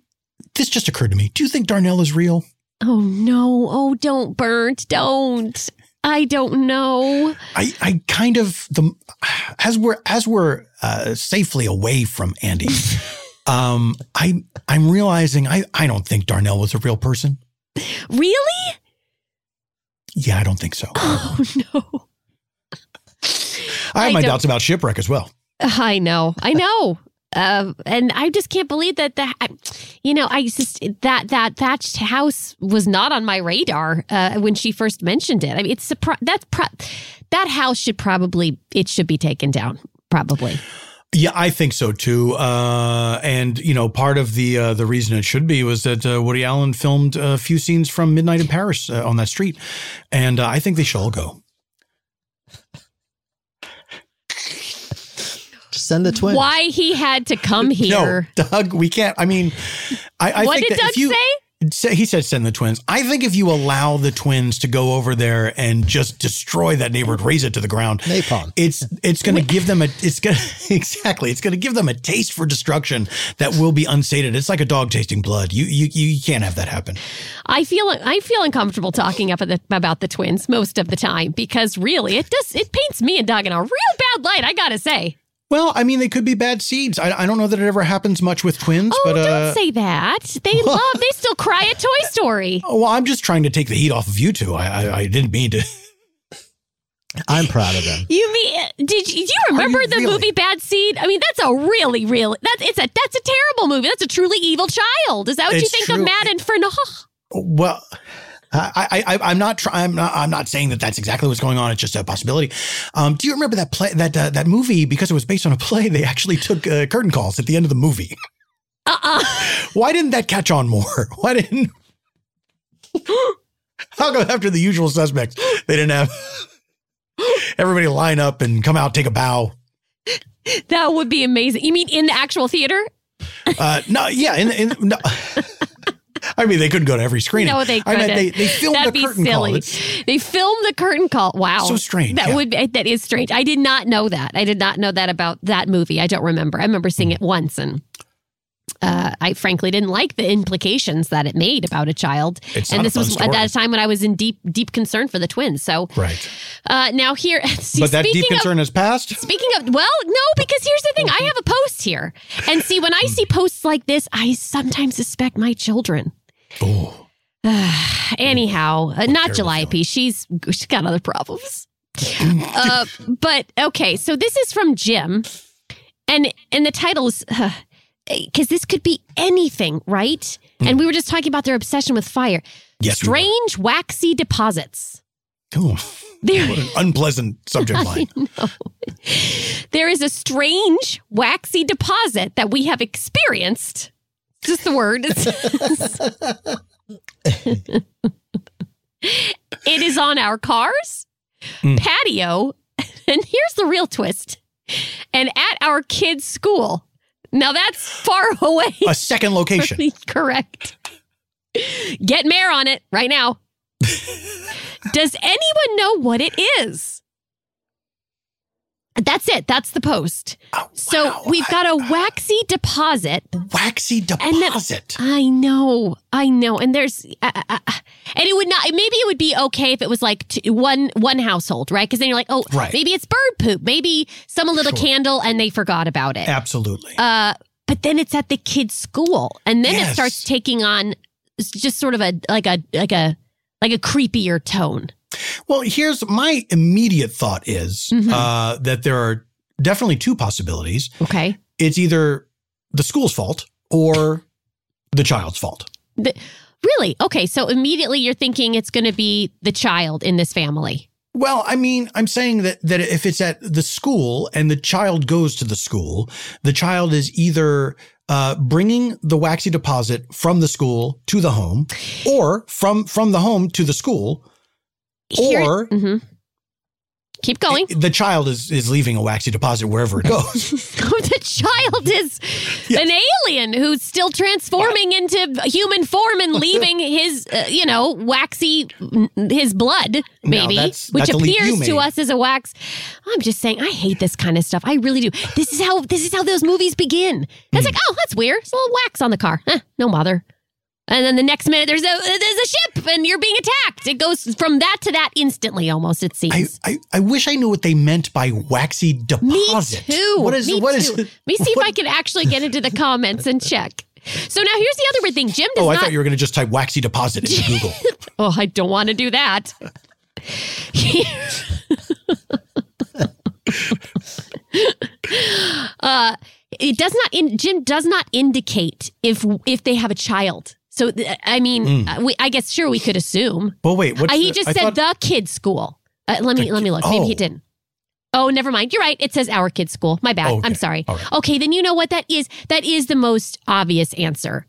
This just occurred to me. Do you think Darnell is real?
Oh no! Oh, don't burnt! Don't. I don't know.
I, I kind of the as we're as we're uh, safely away from Andy, um, I I'm realizing I I don't think Darnell was a real person.
Really?
Yeah, I don't think so.
(laughs) Oh no!
I have
I
my
don't-
doubts about shipwreck as well.
I know. I know. (laughs) Uh, and I just can't believe that that I- you know I just that that thatched house was not on my radar uh, when she first mentioned it. I mean, it's surpri- that's pro- that house should probably it should be taken down probably.
Yeah, I think so too. Uh, and you know, part of the uh, the reason it should be was that uh, Woody Allen filmed a few scenes from Midnight in Paris uh, on that street, and uh, I think they should all go.
Just Send the twins.
Why he had to come here?
No, (laughs) Doug, we can't. I mean, I, I
What
think
did
that
Doug
if you, say? He said send the twins. I think if you allow the twins to go over there and just destroy that neighborhood, raise it to the ground, napalm. It's it's going to give them a. It's going to (laughs) exactly. It's going to give them a taste for destruction that will be unsated. It's like a dog tasting blood. You you you can't have that happen.
I feel I feel uncomfortable talking up at the, about the twins most of the time because really it does it paints me and Doug in a real bad light. I gotta say.
Well, I mean, they could be bad seeds. I, I don't know that it ever happens much with twins,
Oh,
but
don't
uh,
say that.
(laughs)
They love. They still cry at Toy Story.
Well, I'm just trying to take the heat off of you two. I I, I didn't mean to.
I'm proud of them.
You mean uh, did you, do you remember the movie Bad Seed? I mean, that's a really, really that it's a that's a terrible movie. That's a truly evil child. Is that what you
It's
think
true.
of Madden for? No,
Well, I, I, I- I'm not trying. I'm not. I'm not saying that that's exactly what's going on. It's just a possibility. Um, do you remember that play? That uh, that movie because it was based on a play. They actually took uh, curtain calls at the end of the movie.
(laughs) Uh-uh.
Why didn't that catch on more? (laughs) Why didn't? How come after the usual suspects, they didn't have (laughs) everybody line up and come out, take a bow?
that would be amazing. You mean in the actual theater?
Uh, no, yeah, in, in,
(laughs)
no. I mean, they couldn't go to every screening.
No, they
I
couldn't.
mean, they, they filmed
That'd
a
be
curtain call.
silly.
It's-
They filmed the curtain call. Wow,
So strange,
That
yeah.
would be, that is strange. I did not know that. I did not know that about that movie. I don't remember. I remember seeing
Hmm.
it once, and uh, I frankly didn't like the implications that it made about a child.
It's
and
not a
this was
fun
at
story.
a time when I was in deep deep concern for the twins. So
Right.
uh, now here, (laughs) see,
but that deep
speaking of-
concern has passed.
Speaking of, well, no, because here's the thing. I have a post here. And see, when I
Hmm.
see posts like this, I sometimes suspect my children. (sighs) Anyhow, uh, not Calliope. She's she's got other problems. uh, but okay, so this is from Jim, and and the title is uh, because this could be anything, right? And we were just talking about their obsession with fire.
Hmm. Yes, we were.
strange waxy deposits.
Ooh.
There-
What an unpleasant subject line.
I know. There is a strange waxy deposit that we have experienced. Just the word. it is on our cars, patio, and here's the real twist. And at our kids' school. Now that's far (laughs) away.
A second
(laughs)
location.
Correct. Get Mare on it right now. Does anyone know what it is? That's it. That's the post.
Oh,
so we've got a waxy deposit.
Waxy deposit.
I know. I know. And there's, uh, uh, uh, and it would not. Maybe it would be okay if it was like t- one one household, right? Because then you're like, oh,
Right.
maybe it's bird poop. Maybe someone lit a
Sure.
candle and they forgot about it.
Absolutely.
Uh, but then it's at the kids' school, and then it
Yes.
starts taking on s- just sort of a like a like a like a creepier tone.
Well, here's my immediate thought is
Mm-hmm.
uh, that there are definitely two possibilities.
Okay.
It's either the school's fault or the child's fault.
The, really? Okay. So immediately you're thinking it's going to be the child in this family.
Well, I mean, I'm saying that that if it's at the school and the child goes to the school, the child is either uh, bringing the waxy deposit from the school to the home, or from from the home to the school,
Here-
or
Mhm. keep going.
the child is is leaving a waxy deposit wherever it goes.
(laughs) the child is an alien who's still transforming into human form
(laughs)
and leaving his, uh, you know, waxy, his blood,
Now,
maybe,
that's-
which
that's a leap you
appears
made.
to us as a wax. I'm just saying, I hate this kind of stuff. I really do. This is how this is how those movies begin. It's like,
Hmm.
oh, that's weird. It's a little wax on the car. Huh, no bother. And then the next minute, there's a there's a ship, and you're being attacked. It goes from that to that instantly, almost. It seems.
I, I, I wish I knew what they meant by waxy deposit.
Two.
What is
Me
what is-
too. Let
(laughs)
me see if I can actually get into the comments and check. So now here's the other weird thing. Jim does
Oh, I
not.
thought you were going to just type waxy deposit
(laughs)
into Google.
oh, I don't want to do that. (laughs) uh, it does not. In, Jim does not indicate if if they have a child. So th- I mean,
Mm.
uh, we, I guess sure we could assume.
Well, wait. What's
Uh, he
the-
just
I thought-
said the kids' school. Uh, let me
The
let me
ki-
look. Maybe he
oh.
didn't. Oh, never mind. You're right. It says our kids' school. My bad. I'm sorry. Okay, then you know what that is. That is the most obvious answer.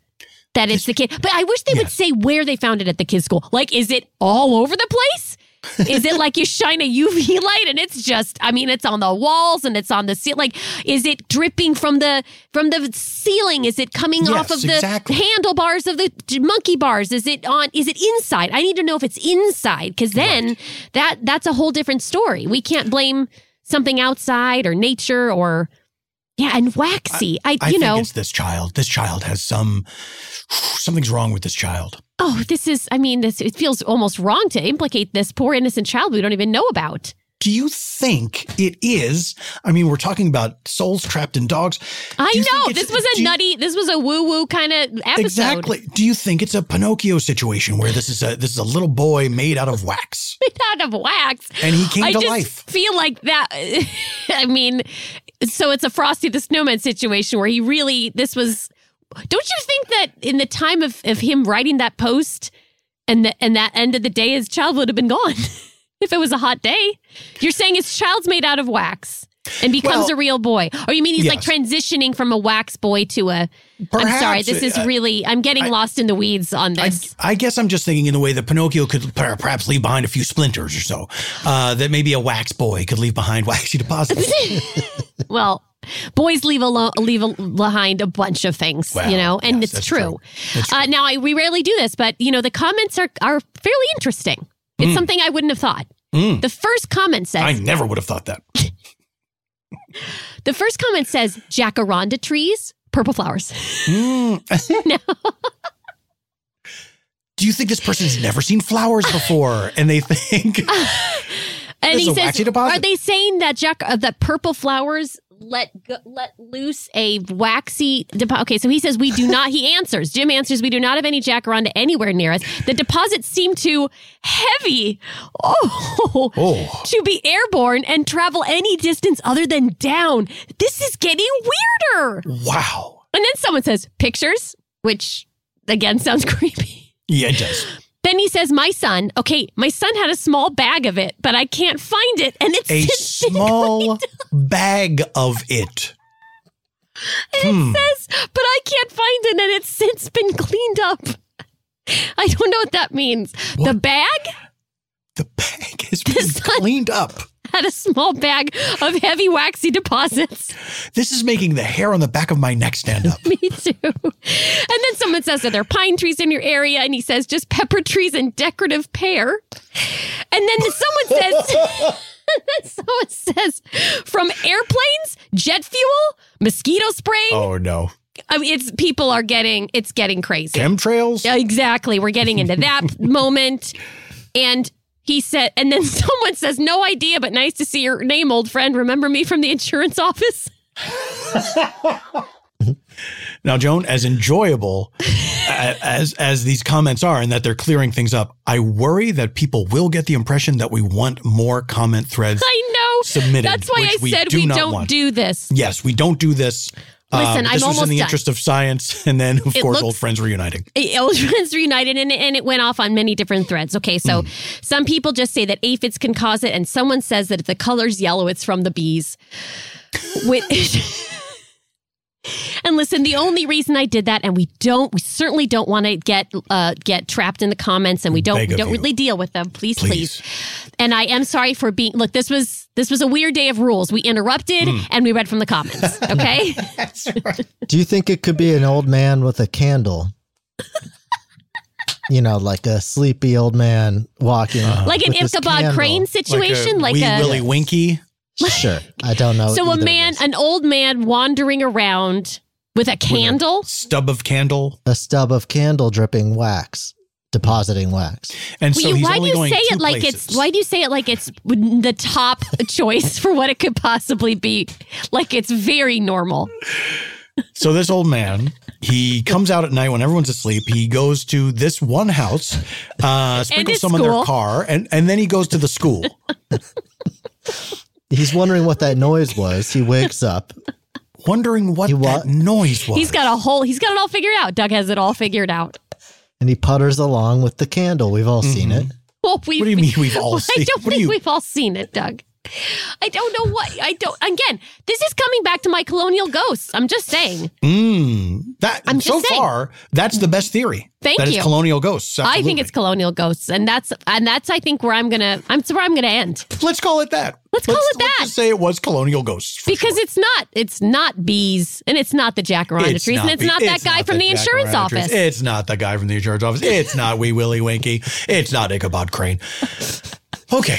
That it's the kid. But I wish they would say where they found it at the kids' school. Like, is it all over the place? is it like you shine a UV (laughs) light and it's just I mean it's on the walls and it's on the ceiling like is it dripping from the from the ceiling is it coming off
Yes,
of the
exactly.
handlebars of the j- monkey bars is it on is it inside I need to know if it's inside cuz then that that's a whole different story we can't blame something outside or nature or yeah and waxy I,
I
you
think
know
it's this child. This child has some (sighs) something's wrong with this child.
oh this is I mean this it feels almost wrong to implicate this poor innocent child we don't even know about
Do you think it is? I mean, we're talking about souls trapped in dogs.
I
Do you think
know
it's-
this was a
do you-
nutty, this was a woo woo kind of episode. (laughs)
Exactly. Do you think it's a Pinocchio situation where this is a this is a little boy made out of wax?
out of wax,
And he came
(laughs) I
to
just
life.
Feel like that. (laughs) I mean, so it's a Frosty the Snowman situation where he really this was. Don't you think that in the time of, of him writing that post and the, and that end of the day, his child would have been gone (laughs) if it was a hot day? You're saying his child's made out of wax and becomes
Well-
a real boy, or you mean he's like
Yes.
transitioning from a wax boy to a? am
Perhaps,
sorry, this is
uh,
really I'm getting
I-
lost in the weeds on this.
I guess I'm just thinking in the way that Pinocchio could per- perhaps leave behind a few splinters or so. Uh, that maybe a wax boy could leave behind waxy deposits.
well, boys leave alone leave al- behind a bunch of things, you know, and it's true. Uh, now I we rarely do this, but you know the comments are are fairly interesting. It's
Mm.
something I wouldn't have thought.
Mm.
The first comment says
I never would have thought
(laughs)
that.
the first comment says jacaranda trees, purple flowers.
Hmm. (laughs) Do you think this person's never seen flowers before and they
(laughs)
think
And
It's
he
a
says,
waxy deposit.
"Are they saying that jack uh, that purple flowers let go, let loose a waxy deposit?" Okay, so he says we do not. He answers. Jim answers. We do not have any jacaranda anywhere near us. The deposits seem too heavy. Oh, to be airborne and travel any distance other than down. This is getting weirder.
Wow.
And then someone says pictures, which again sounds (laughs) creepy.
Yeah, it
(laughs)
does.
Then he says, "My son, okay, my son had a small bag of it, but I can't find it, and it's
A
it (laughs)
small bag of it. Hmm.
says, but I can't find it, and it's since been cleaned up. (laughs) I don't know what that means. The bag
It's been cleaned up.
had a small bag of heavy waxy deposits. (laughs)
This is making the hair on the back of my neck stand up.
Me too. And then someone says, "Are there pine trees in your area?" And he says, "Just pepper trees and decorative pear." And then someone
(laughs)
says, (laughs) "Someone says, from airplanes, jet fuel, mosquito spray."
Oh no.
I mean, it's people are getting it's getting crazy.
Chemtrails?
Yeah, Exactly. We're getting into
(laughs)
that moment. And he said, and then (laughs) someone says, "No idea, but nice to see your name, old friend. Remember me from the insurance office?" (laughs)
Now, Joan, as enjoyable a- as as these comments are, and that they're clearing things up, I worry that people will get the impression that we want more comment
(laughs)
threads.
I know.
Submitted,
That's why
which
I
we
said
do
we
not
don't
want.
do this.
Yes, we don't do this. but
Listen, I'm
this was
almost
in the
done.
interest of science, (laughs) and then of
It
course,
looks-
old friends reuniting.
It- Old (laughs) friends reunited, E, and, and it went off on many different threads. Okay, so some people just say that aphids can cause it, and someone says that if the color's yellow, it's from the bees. Which, (laughs) and listen, the only reason I did that, and we don't, we certainly don't want to get uh, get trapped in the comments, and we don't
Beg
we
of
don't
you.
really deal with them. Please, please, And I am sorry for being. Look, this was this was a weird day of rules. We interrupted
Mm.
and we read from the comments. Okay.
Do you think it could be an old man with a candle? you know, like a sleepy old man walking,
Like an
with this
Ichabod
candle.
Crane situation, like
wee
a-
willy
winky.
Sure, I don't know.
(laughs) so a
either.
man, an old man wandering around with a candle.
Stub of candle,
a stub of candle dripping wax, depositing wax,
and
Well, you- why do you say it like it's? Why do you say it like it's the top (laughs) choice for what it could possibly be? Like it's very normal.
So this old man, he comes out at night when everyone's asleep. He goes to this one house, uh, sprinkles
his
some in their
school.
car, and, and then he goes to the school.
He's wondering what that noise was. He wakes up,
wondering what
that
noise was,
He's got a whole. He's got it all figured out. Doug has it all figured out. (laughs)
and he putters along with the candle. We've all seen it.
Well, we, (laughs)
What do you mean we've all
I
seen-
don't
what do
think
you-
we've all seen it, Doug. I don't know what I don't. Again, this is coming back to my colonial ghosts. I'm just saying.
Mm, that
I'm
so
just saying.
far, that's the best theory.
Thank
That it's
you.
colonial ghosts.
I think it's colonial ghosts, and that's and that's I think where I'm gonna. I'm it's where I'm gonna end.
Let's call it that.
Let's call it that
Just say it was colonial ghosts.
because it's not. It's not bees, and it's not the jacaranda
It's
trees, and
not
it's
be-
not that
it's
guy
not
from the
Jack
insurance
O'Reilly
office.
trees. It's not the guy from the insurance office. It's not Wee Willie Winky. It's not Ichabod Crane. Okay.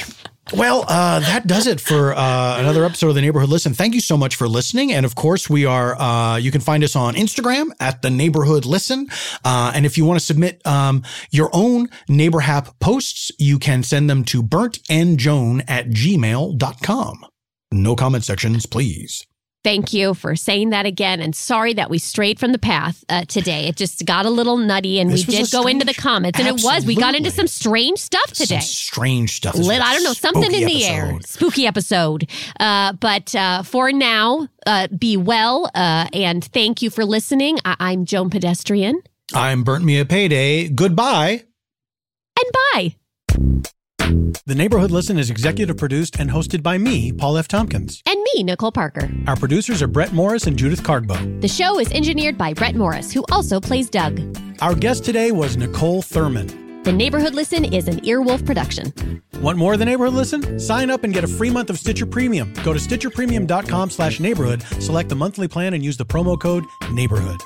Well, uh, that does it for uh, another episode of the Neighborhood Listen. Thank you so much for listening, and of course, we are. Uh, you can find us on Instagram at the Neighborhood Listen, uh, and if you want to submit um, your own neighbor hap posts, you can send them to burntandjoan at gmail.com. No comment sections, please.
Thank you for saying that again, and sorry that we strayed from the path uh, today. It just got a little nutty, and
This
we
was
did go into the comments, and it was we got into some strange stuff today.
Strange stuff. This
Lit,
was a
I don't know, something
spooky
in the air.
episode.
Spooky episode. Uh, but uh, for now, uh, be well uh, and thank you for listening. I- I'm Joan Pedestrian.
I'm Burnt Mia Payday. Goodbye.
And bye.
The Neighborhood Listen is executive produced and hosted by me, Paul F. Tompkins.
And me, Nicole Parker.
Our producers are Brett Morris and Judith Cardbow.
The show is engineered by Brett Morris, who also plays Doug.
Our guest today was Nicole Thurman.
The Neighborhood Listen is an Earwolf production.
Want more of The Neighborhood Listen? Sign up and get a free month of Stitcher Premium. Go to stitcherpremium.com slash neighborhood, select the monthly plan, and use the promo code NEIGHBORHOOD.